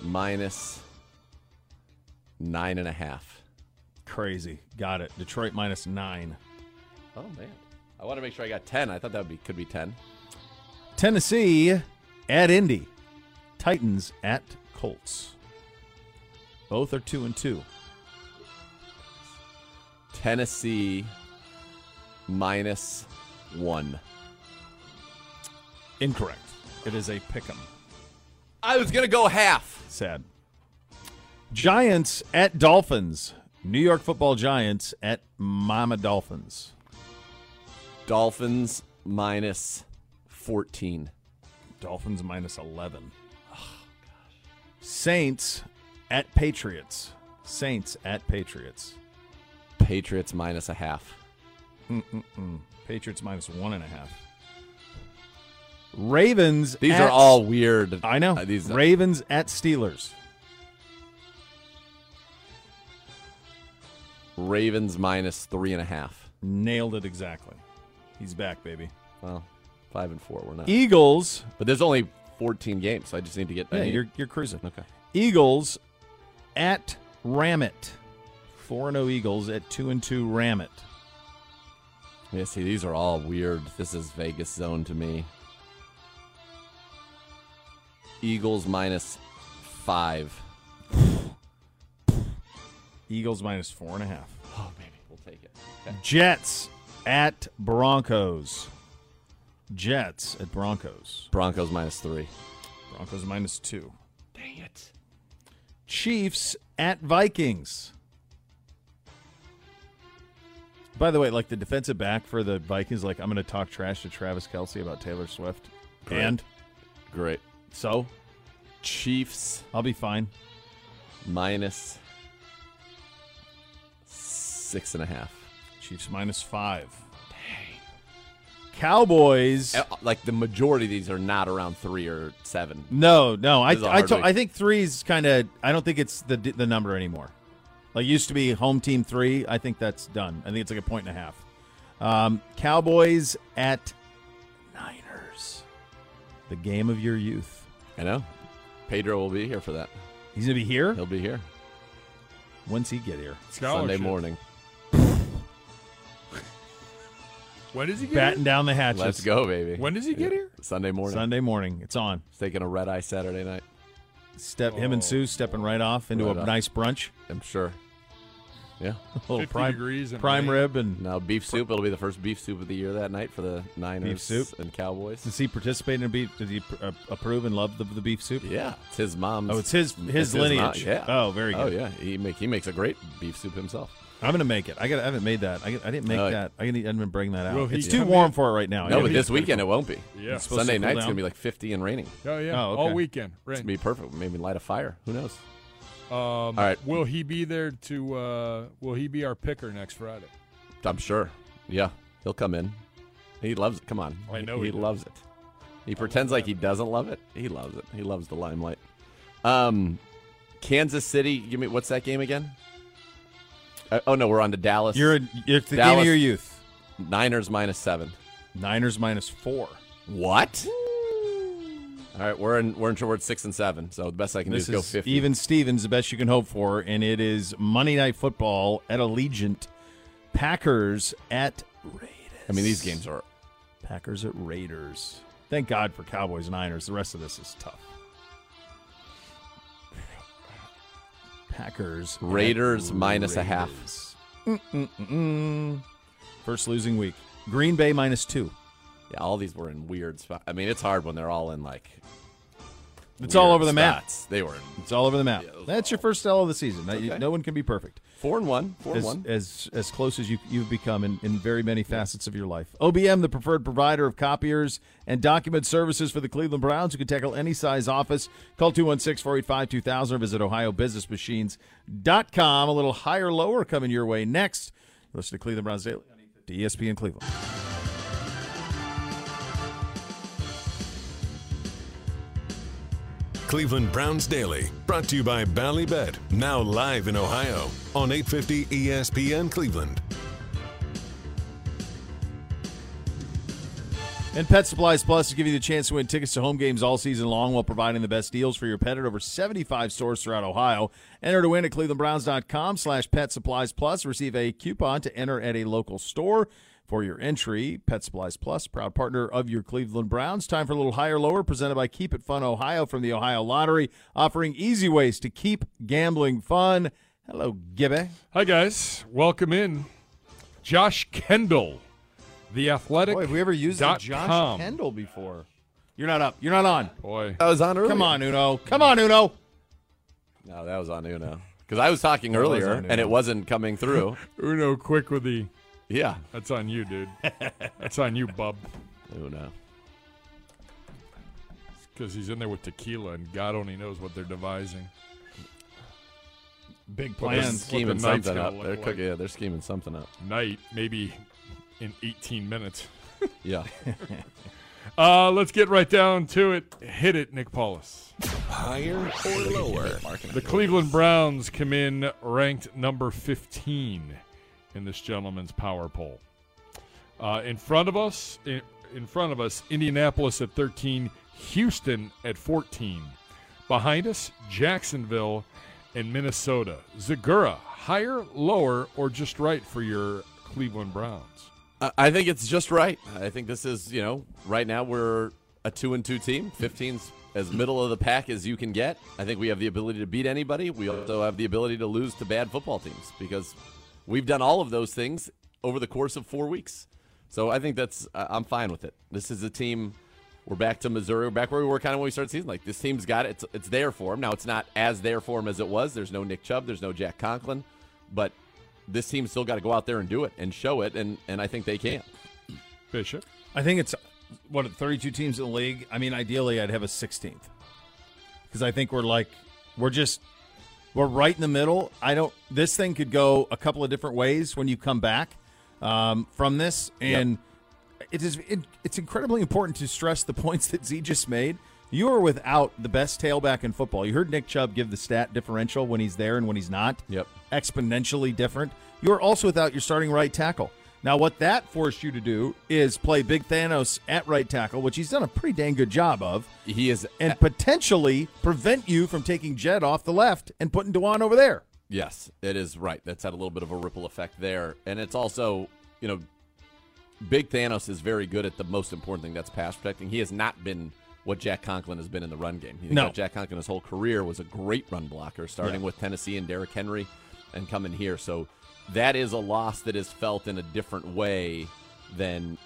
C: minus nine and a half.
B: Crazy. Got it. Detroit minus nine.
C: Oh man, I want to make sure I got ten. I thought that would be could be ten.
B: Tennessee at Indy. Titans at Colts. Both are two and two.
C: Tennessee minus one.
B: Incorrect. It is a pick 'em.
C: I was gonna go half.
B: Sad. Giants at Dolphins. New York Football Giants at Mama Dolphins.
C: Dolphins minus fourteen.
B: Dolphins minus 11. Saints at Patriots. Saints at Patriots.
C: Patriots minus a half.
B: Patriots minus one and a half. Ravens.
C: These
B: at-
C: are all weird.
B: I know.
C: Uh, these
B: Ravens at Steelers.
C: Ravens minus three and a half.
B: Nailed it exactly. He's back, baby.
C: Well, five and four. We're not.
B: E- Eagles.
C: But there's only 14 games, so I just need to get. I
B: Yeah,
C: need-
B: you're you're cruising.
C: okay.
B: Eagles at Ramit. Four and zero Eagles at two and two Ramit.
C: Yeah, see, these are all weird. This is Vegas zone to me. Eagles minus five.
B: Eagles minus four and a half.
C: Oh, baby, we'll take it. Okay.
B: Jets at Broncos. Jets at Broncos.
C: Broncos minus three.
B: Broncos minus two. Dang it. Chiefs at Vikings. By the way, like the defensive back for the Vikings, like I'm going to talk trash to Travis Kelsey about Taylor Swift,
C: Correct.
B: and
C: Great.
B: so
C: Chiefs
B: I'll be fine.
C: minus six and a half.
B: Chiefs minus five. Dang. Cowboys.
C: Uh, Like the majority of these are not around three or seven.
B: No, no. I
C: This is a
B: I,
C: hard
B: to,
C: week.
B: I think three's kind of. I don't think it's the the number anymore. Like it used to be home team three. I think that's done. I think it's like a point and a half. Um, Cowboys at Niners, the game of your youth.
C: I know. Pedro will be here for that.
B: He's gonna be here.
C: He'll be here
B: When's he get here?
C: Sunday
D: Scholarship.
C: morning.
D: When does he get
B: Batten
D: here?
B: down the hatches.
C: Let's go, baby.
D: When does he get here?
C: Sunday morning.
B: Sunday morning. It's on.
C: He's taking a red eye Saturday night.
B: Step him and Sue stepping right off into
C: Right
B: a
C: off.
B: nice brunch.
C: I'm sure. Yeah.
B: A little
D: 50
B: prime
D: degrees and
B: prime
D: rain.
B: rib and
C: Now beef soup. It'll be the first beef soup of the year that night for the Niners
B: soup.
C: and Cowboys.
B: does he participate in beef? Does he uh, approve and love the, the beef soup?
C: Yeah, it's his mom's.
B: Oh, it's his his
C: mom-
B: lineage.
C: yeah.
B: Oh, very good.
C: Oh yeah. He make he makes a great beef soup himself.
B: I'm gonna make it. I got. I haven't made that. I, I didn't make
C: Oh, yeah.
B: that. I need. I'm gonna bring that out.
D: Will he
B: it's too
D: come
B: warm
D: in?
B: for it right now.
C: no,
B: Yeah,
C: but
B: we-
C: this weekend it won't be.
D: Yeah.
B: It's supposed
C: Sunday
B: to cool
C: night's
B: down.
C: gonna be like 50 and raining. It's
D: Oh yeah,
B: Oh, okay.
D: all weekend. Rain.
C: gonna be perfect. Maybe light a fire. Who knows?
D: Um, all
C: right.
D: Will he be there to? Uh, will he be our picker next Friday?
C: I'm sure. Yeah, he'll come in. He loves it. Come on.
B: Oh,
D: I know
C: he,
D: he does.
C: loves it. He pretends like he doesn't love it. He loves it. He loves the limelight. Um, Kansas City. Give me what's that game again? Uh, oh no, we're on to Dallas.
B: You're. A, it's the game
C: Dallas-
B: of your youth.
C: Niners minus seven.
B: Niners minus four.
C: What? All right, we're in we're in towards six and seven. So the best I can
B: This
C: do is,
B: is
C: go fifty.
B: even Stevens, the best you can hope for, and it is Monday Night Football at Allegiant. Packers at Raiders.
C: I mean, these games are
B: Packers at Raiders. Thank God for Cowboys and Niners. The rest of this is tough. Packers. at
C: Raiders minus a half.
B: Raiders. Mm-mm-mm. First losing week. Green Bay minus two.
C: yeah. All these were in weird spots. I mean, it's hard when they're all in like
B: It's all over the map.
C: spots. They were
B: It's all over the map. That's your first L of the season. Now, you-
C: Okay.
B: no one can be perfect.
C: four and one. Four
B: As,
C: and one.
B: as as close as you you've become in, in very many facets of your life. OBM, the preferred provider of copiers and document services for the Cleveland Browns, who can tackle any size office. Call 216-485-2000 or visit ohiobusinessmachines.com. A little higher lower coming your way next. Listen to Cleveland Browns Daily to ESPN Cleveland.
A: Cleveland Browns Daily, brought to you by Ballybet, now live in Ohio on E 850 ESPN Cleveland.
B: And Pet Supplies Plus to give you the chance to win tickets to home games all season long while providing the best deals for your pet at over 75 stores throughout Ohio. Enter to win at clevelandbrowns.com slash pet supplies plus. Receive a coupon to enter at a local store for your entry. Pet Supplies Plus, proud partner of your Cleveland Browns. Time for a little higher lower presented by Keep It Fun Ohio from the Ohio Lottery, offering easy ways to keep gambling fun. Hello, Gibby.
D: Hi guys, welcome in. Josh Kendall, the athletic.
B: Boy, have we ever used the
D: dot
B: Josh
D: com.
B: Kendall before? You're not up. You're not on.
D: Boy,
C: That was on earlier.
B: Come on, Uno. Come on, Uno.
C: No, that was on Uno. Because I was talking
B: was
C: earlier
B: on
C: and
B: Uno.
C: it wasn't coming through.
D: Uno, quick with the.
C: yeah,
D: That's on you, dude. That's on you, bub.
C: Uno.
D: Because he's in there with tequila, and God only knows what they're devising.
B: Big
C: They're
D: plans. what
C: scheming
D: the night's
C: something
D: gonna
C: up.
D: look
C: They're
D: like.
C: cooking. Yeah, they're scheming something up.
D: Night, maybe in 18 minutes.
C: Yeah.
D: Uh, let's get right down to it. Hit it, Nick Paulus.
A: Higher or lower?
D: The Cleveland Browns come in ranked number 15 in this gentleman's power poll. Uh, in front of us, in, in front of us, Indianapolis at 13, Houston at 14. Behind us, Jacksonville and Minnesota. Zagura, higher, lower, or just right for your Cleveland Browns?
C: I- I think it's just right. I think this is, you know, right now we're a two and two team. 15's as middle of the pack as you can get. I think we have the ability to beat anybody. We also have the ability to lose to bad football teams because we've done all of those things over the course of four weeks. So I think that's, I- I'm fine with it. This is a team. We're back to Missouri. We're back where we were kind of when we started the season. Like this team's got it. It's, it's their form now. It's not as their form as it was. There's no Nick Chubb. There's no Jack Conklin, but this team's still got to go out there and do it and show it. And and I think they can.
D: Bishop.
B: I think it's what 32 teams in the league. I mean, ideally, I'd have a 16th because I think we're like we're just we're right in the middle. I don't. This thing could go a couple of different ways when you come back um, from this, and it is it, it's incredibly important to stress the points that Z just made. You are without the best tailback in football. You heard Nick Chubb give the stat differential when he's there and when he's not.
C: Yep.
B: Exponentially different. You're also without your starting right tackle. Now, what that forced you to do is play Big Thanos at right tackle, which he's done a pretty dang good job of
C: He is
B: and potentially prevent you from taking Jed off the left and putting Dewan over there.
C: yes, it is right. That's had a little bit of a ripple effect there, and it's also you know, Big Thanos is very good at the most important thing that's pass protecting. He has not been what Jack Conklin has been in the run game. You think
B: No.
C: about Jack Conklin his whole career was a great run blocker, starting with Tennessee and Derrick Henry, and coming here. So that is a loss that is felt in a different way than,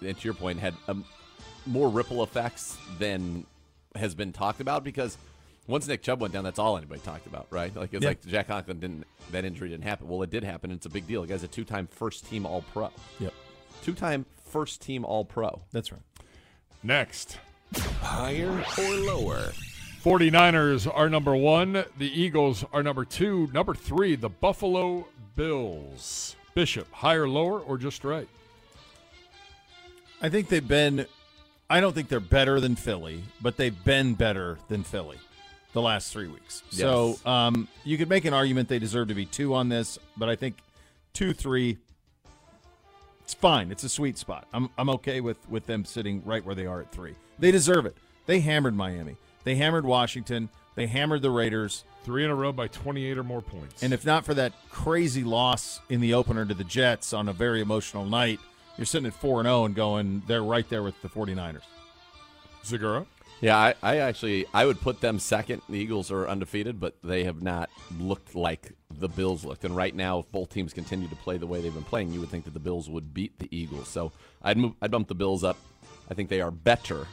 C: and to your point, had um more ripple effects than has been talked about because once Nick Chubb went down, that's all anybody talked about, right? Like it's
B: Yeah.
C: like Jack Conklin didn't that injury didn't happen. Well, it did happen. and It's a big deal. The guy's a two-time first-team All-Pro.
B: Yep.
C: Two-time first-team All-Pro.
B: That's right.
D: Next.
A: Higher or lower?
D: 49ers are number one. The Eagles are number two. Number three, the Buffalo Bills. Bishop, higher, lower, or just right?
B: I think they've been, I don't think they're better than Philly, but they've been better than Philly the last three weeks. So
C: Yes.
B: um, you could make an argument they deserve to be two on this, but I think two, three, it's fine. It's a sweet spot. I'm, I'm okay with, with them sitting right where they are at three. They deserve it. They hammered Miami, they hammered Washington, they hammered the Raiders.
D: Three in a row by 28 or more points.
B: And if not for that crazy loss in the opener to the Jets on a very emotional night, you're sitting at 4 and 0 and going, they're right there with the 49ers.
D: Zagura,
C: Yeah, I, I actually I would put them second. The Eagles are undefeated, but they have not looked like the Bills looked. And right now, if both teams continue to play the way they've been playing, you would think that the Bills would beat the Eagles. So I'd move, I'd bump the Bills up. I think they are better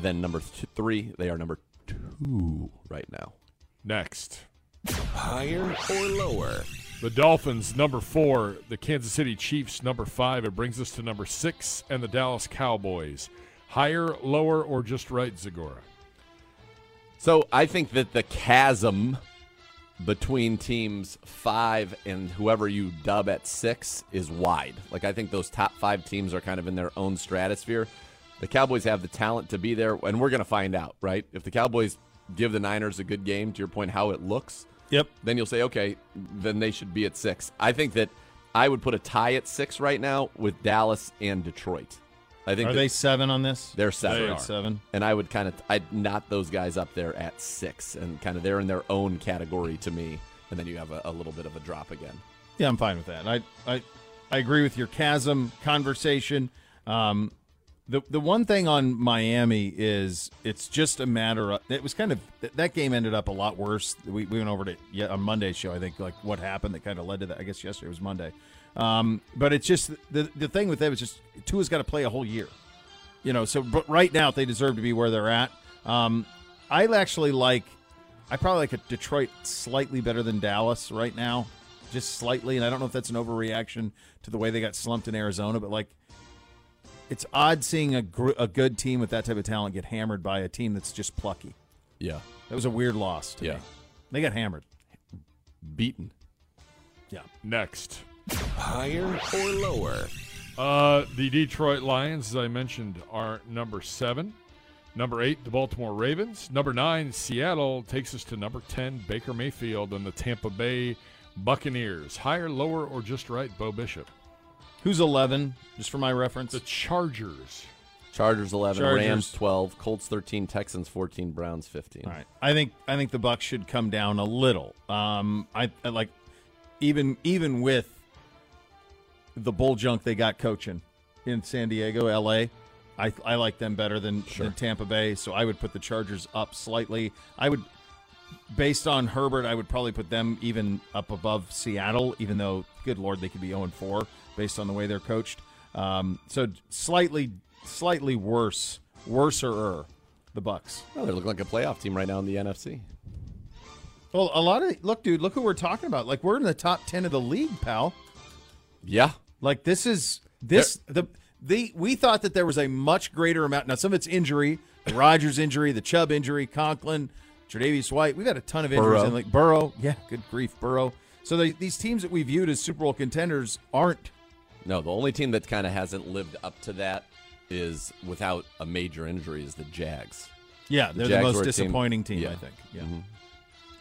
C: than number th- three. They are number two. two right now.
D: Next.
A: Higher or lower?
D: The Dolphins, number four. The Kansas City Chiefs, number five. It brings us to number six, and the Dallas Cowboys. Higher, lower, or just right, Zagora?
C: So I think that the chasm between teams five and whoever you dub at six is wide. Like I think those top five teams are kind of in their own stratosphere. The Cowboys have the talent to be there, and we're going to find out, right? If the Cowboys give the Niners a good game, to your point, how it looks,
B: Yep.
C: then you'll say, okay, then they should be at six. I think that I would put a tie at six right now with Dallas and Detroit. I think
B: Are
C: that
B: they seven on this?
C: they're seven.
B: They're at seven.
C: And I would kind of I'd knot those guys up there at six, and kind of they're in their own category to me. And then you have a, a little bit of a drop again.
B: Yeah, I'm fine with that. I I, I agree with your chasm conversation. Um, the the one thing on Miami is it's just a matter of it was kind of th- that game ended up a lot worse. We, we went over to yeah on Monday's show. I think like what happened that kind of led to that. I guess yesterday was Monday. Um, but it's just the the thing with them is just Tua's got to play a whole year. You know, so but right now they deserve to be where they're at. Um, I actually like, I probably like a Detroit slightly better than Dallas right now, just slightly. And I don't know if that's an overreaction to the way they got slumped in Arizona, but like, it's odd seeing a gr- a good team with that type of talent get hammered by a team that's just plucky.
C: Yeah,
B: That was a weird loss. To me.
C: Yeah.
B: they got hammered.
C: beaten.
D: Next.
A: Higher or lower?
D: Uh, the Detroit Lions, as I mentioned, are number seven. Number eight, the Baltimore Ravens. Number nine, Seattle takes us to number 10, Baker Mayfield and the Tampa Bay Buccaneers. Higher, lower, or just right, Bo Bishop.
B: Who's eleven? Just for my reference,
D: The Chargers.
C: Chargers eleven,
B: Chargers.
C: Rams twelve, Colts thirteen, Texans fourteen, Browns fifteen.
B: All right. I think I think the Bucks should come down a little. Um, I, I like even even with the bull junk they got coaching in San Diego, LA. I, I like them better than, than Tampa Bay, so I would put the Chargers up slightly. I would, based on Herbert, I would probably put them even up above Seattle, even though, good lord, they could be 0 4 based on the way they're coached. Um, so slightly slightly worse, worser the Bucks.
C: Well, they look like a playoff team right now in the NFC.
B: Well, a lot of look, dude. Look who we're talking about. Like we're in the top ten of the league, pal.
C: Yeah,
B: Like this is this the the we thought that there was a much greater amount. Now some of it's injury, the Rogers injury, the Chubb injury, Conklin, Tre'Davious White. We've had a ton of injuries
C: Burrow.
B: in like Burrow. Yeah, good grief, Burrow. So they, these teams that we viewed as Super Bowl contenders aren't.
C: no, the only team that kind of hasn't lived up to that is without a major injury is the Jags.
B: Yeah, they're the
C: Jags were
B: most
C: a team-
B: disappointing team, I
C: yeah.
B: think. Yeah.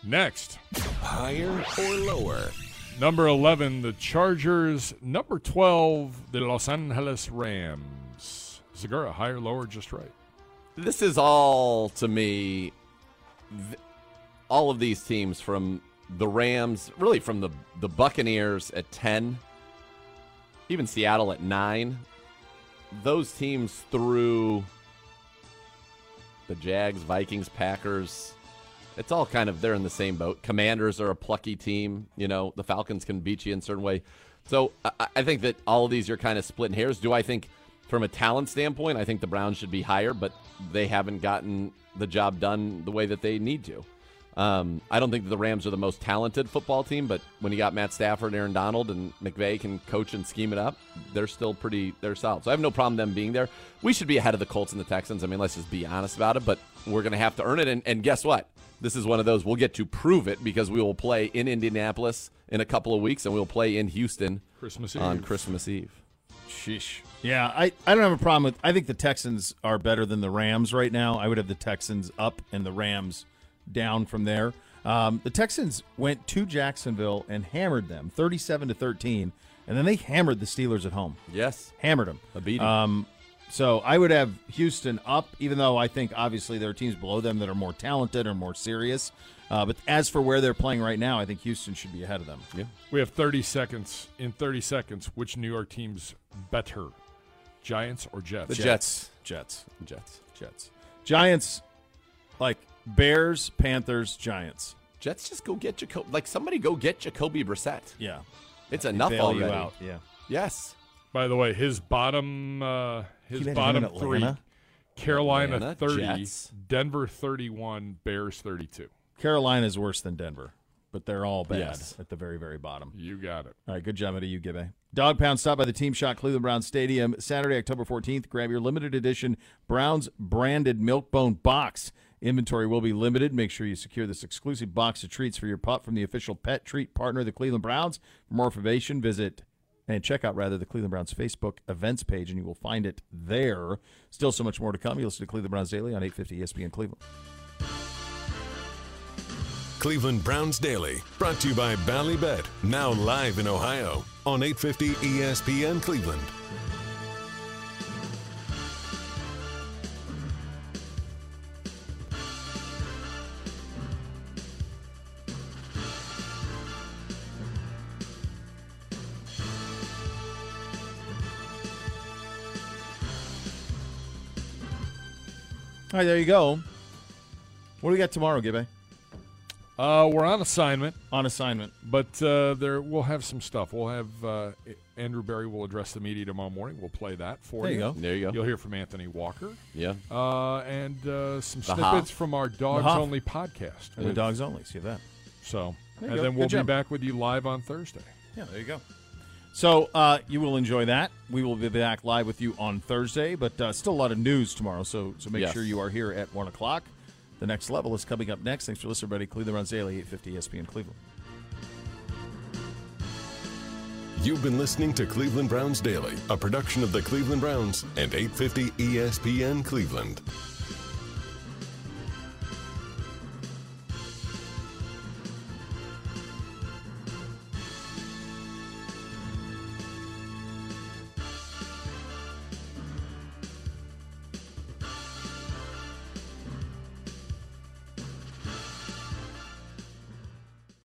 D: Next,
A: Higher or lower?
D: number 11, the Chargers. Number 12, the Los Angeles Rams. Zagura, higher, lower, just right.
C: this is all to me th- all of these teams from the Rams, really from the the Buccaneers at 10, even Seattle at 9. Those teams through the Jags, Vikings, Packers, it's all kind of they're in the same boat. Commanders are a plucky team, you know. The Falcons can beat you in a certain way. So I- I, I think that all of these are kind of splitting hairs. Do I think, from a talent standpoint, I think the Browns should be higher, but they haven't gotten the job done the way that they need to. Um, I don't think that the Rams are the most talented football team, but when you got Matt Stafford, Aaron Donald, and McVay can coach and scheme it up, they're still pretty they're solid. So I have no problem them being there. We should be ahead of the Colts and the Texans. I mean, let's just be honest about it. But we're going to have to earn it. And, and guess what? This is one of those we'll get to prove it because we will play in Indianapolis in a couple of weeks, and we'll play in Houston
D: Christmas
C: on
D: Eve.
C: Christmas Eve.
B: Sheesh. Yeah, I, I don't have a problem with. I think the Texans are better than the Rams right now. I would have the Texans up and the Rams down from there. Um, the Texans went to Jacksonville and hammered them, thirty-seven to thirteen, and then they hammered the Steelers at home.
C: Yes,
B: Hammered them.
C: a beating.
B: Um, so I would have Houston up, even though I think obviously there are teams below them that are more talented or more serious. Uh, but as for where they're playing right now, I think Houston should be ahead of them.
D: We have 30 seconds. In 30 seconds, which New York team's better? Giants or Jets?
C: the Jets.
B: Jets.
C: Jets.
B: Jets. Giants, like Bears, Panthers, Giants.
C: Jets just go get Jacob. Like somebody go get Jacoby Brissett.
B: Yeah.
C: It's enough
B: Bail you
C: already.
B: out. Yeah.
C: Yes.
D: By the way, his bottom uh, his
B: Keep it in
D: bottom
B: Atlanta.
D: three Carolina
H: Atlanta,
D: 30,
H: Jets.
D: Denver 31, Bears 32.
B: Carolina's worse than Denver, but they're all bad
H: Yes.
B: at the very, very bottom.
D: You got it.
B: All right, good job out of you, Gibbe. Dog Pound stop by the Team Shot Cleveland Browns Stadium Saturday, October 14th. Grab your limited edition Browns branded milk bone box. Inventory will be limited. Make sure you secure this exclusive box of treats for your pup from the official pet treat partner, of the Cleveland Browns. For more information, visit and check out rather the Cleveland Browns Facebook events page, and you will find it there. Still so much more to come. You listen to Cleveland Browns Daily on E 850 ESPN Cleveland.
A: Cleveland Browns Daily, brought to you by Ballybet, now live in Ohio on E 850 ESPN Cleveland.
B: All right, there you go. What do we got tomorrow, Gibbe?
D: Uh, we're on assignment,
B: On assignment.
D: but uh, there we'll have some stuff. We'll have uh, Andrew Barry will address the media tomorrow morning. We'll play that for
B: There
D: you.
B: you go.
H: There you go.
D: You'll hear from Anthony Walker
H: Yeah.
D: uh, and uh, some
H: The
D: snippets
H: Hop.
D: from our Dogs
B: Hop.
D: Only podcast.
B: And the
D: with-
B: dogs only. See that.
D: So,
B: There you
D: and
B: go.
D: then
B: Good
D: we'll
B: job.
D: be back with you live on Thursday.
B: Yeah, there you go. So uh, you will enjoy that. We will be back live with you on Thursday, but uh, still a lot of news tomorrow. So so make
H: Yes.
B: sure you are here at one o'clock. The next level is coming up next. Thanks for listening, everybody. Cleveland Runs Daily, eight fifty E ESPN Cleveland.
A: You've been listening to Cleveland Browns Daily, a production of the Cleveland Browns and E 850 ESPN Cleveland.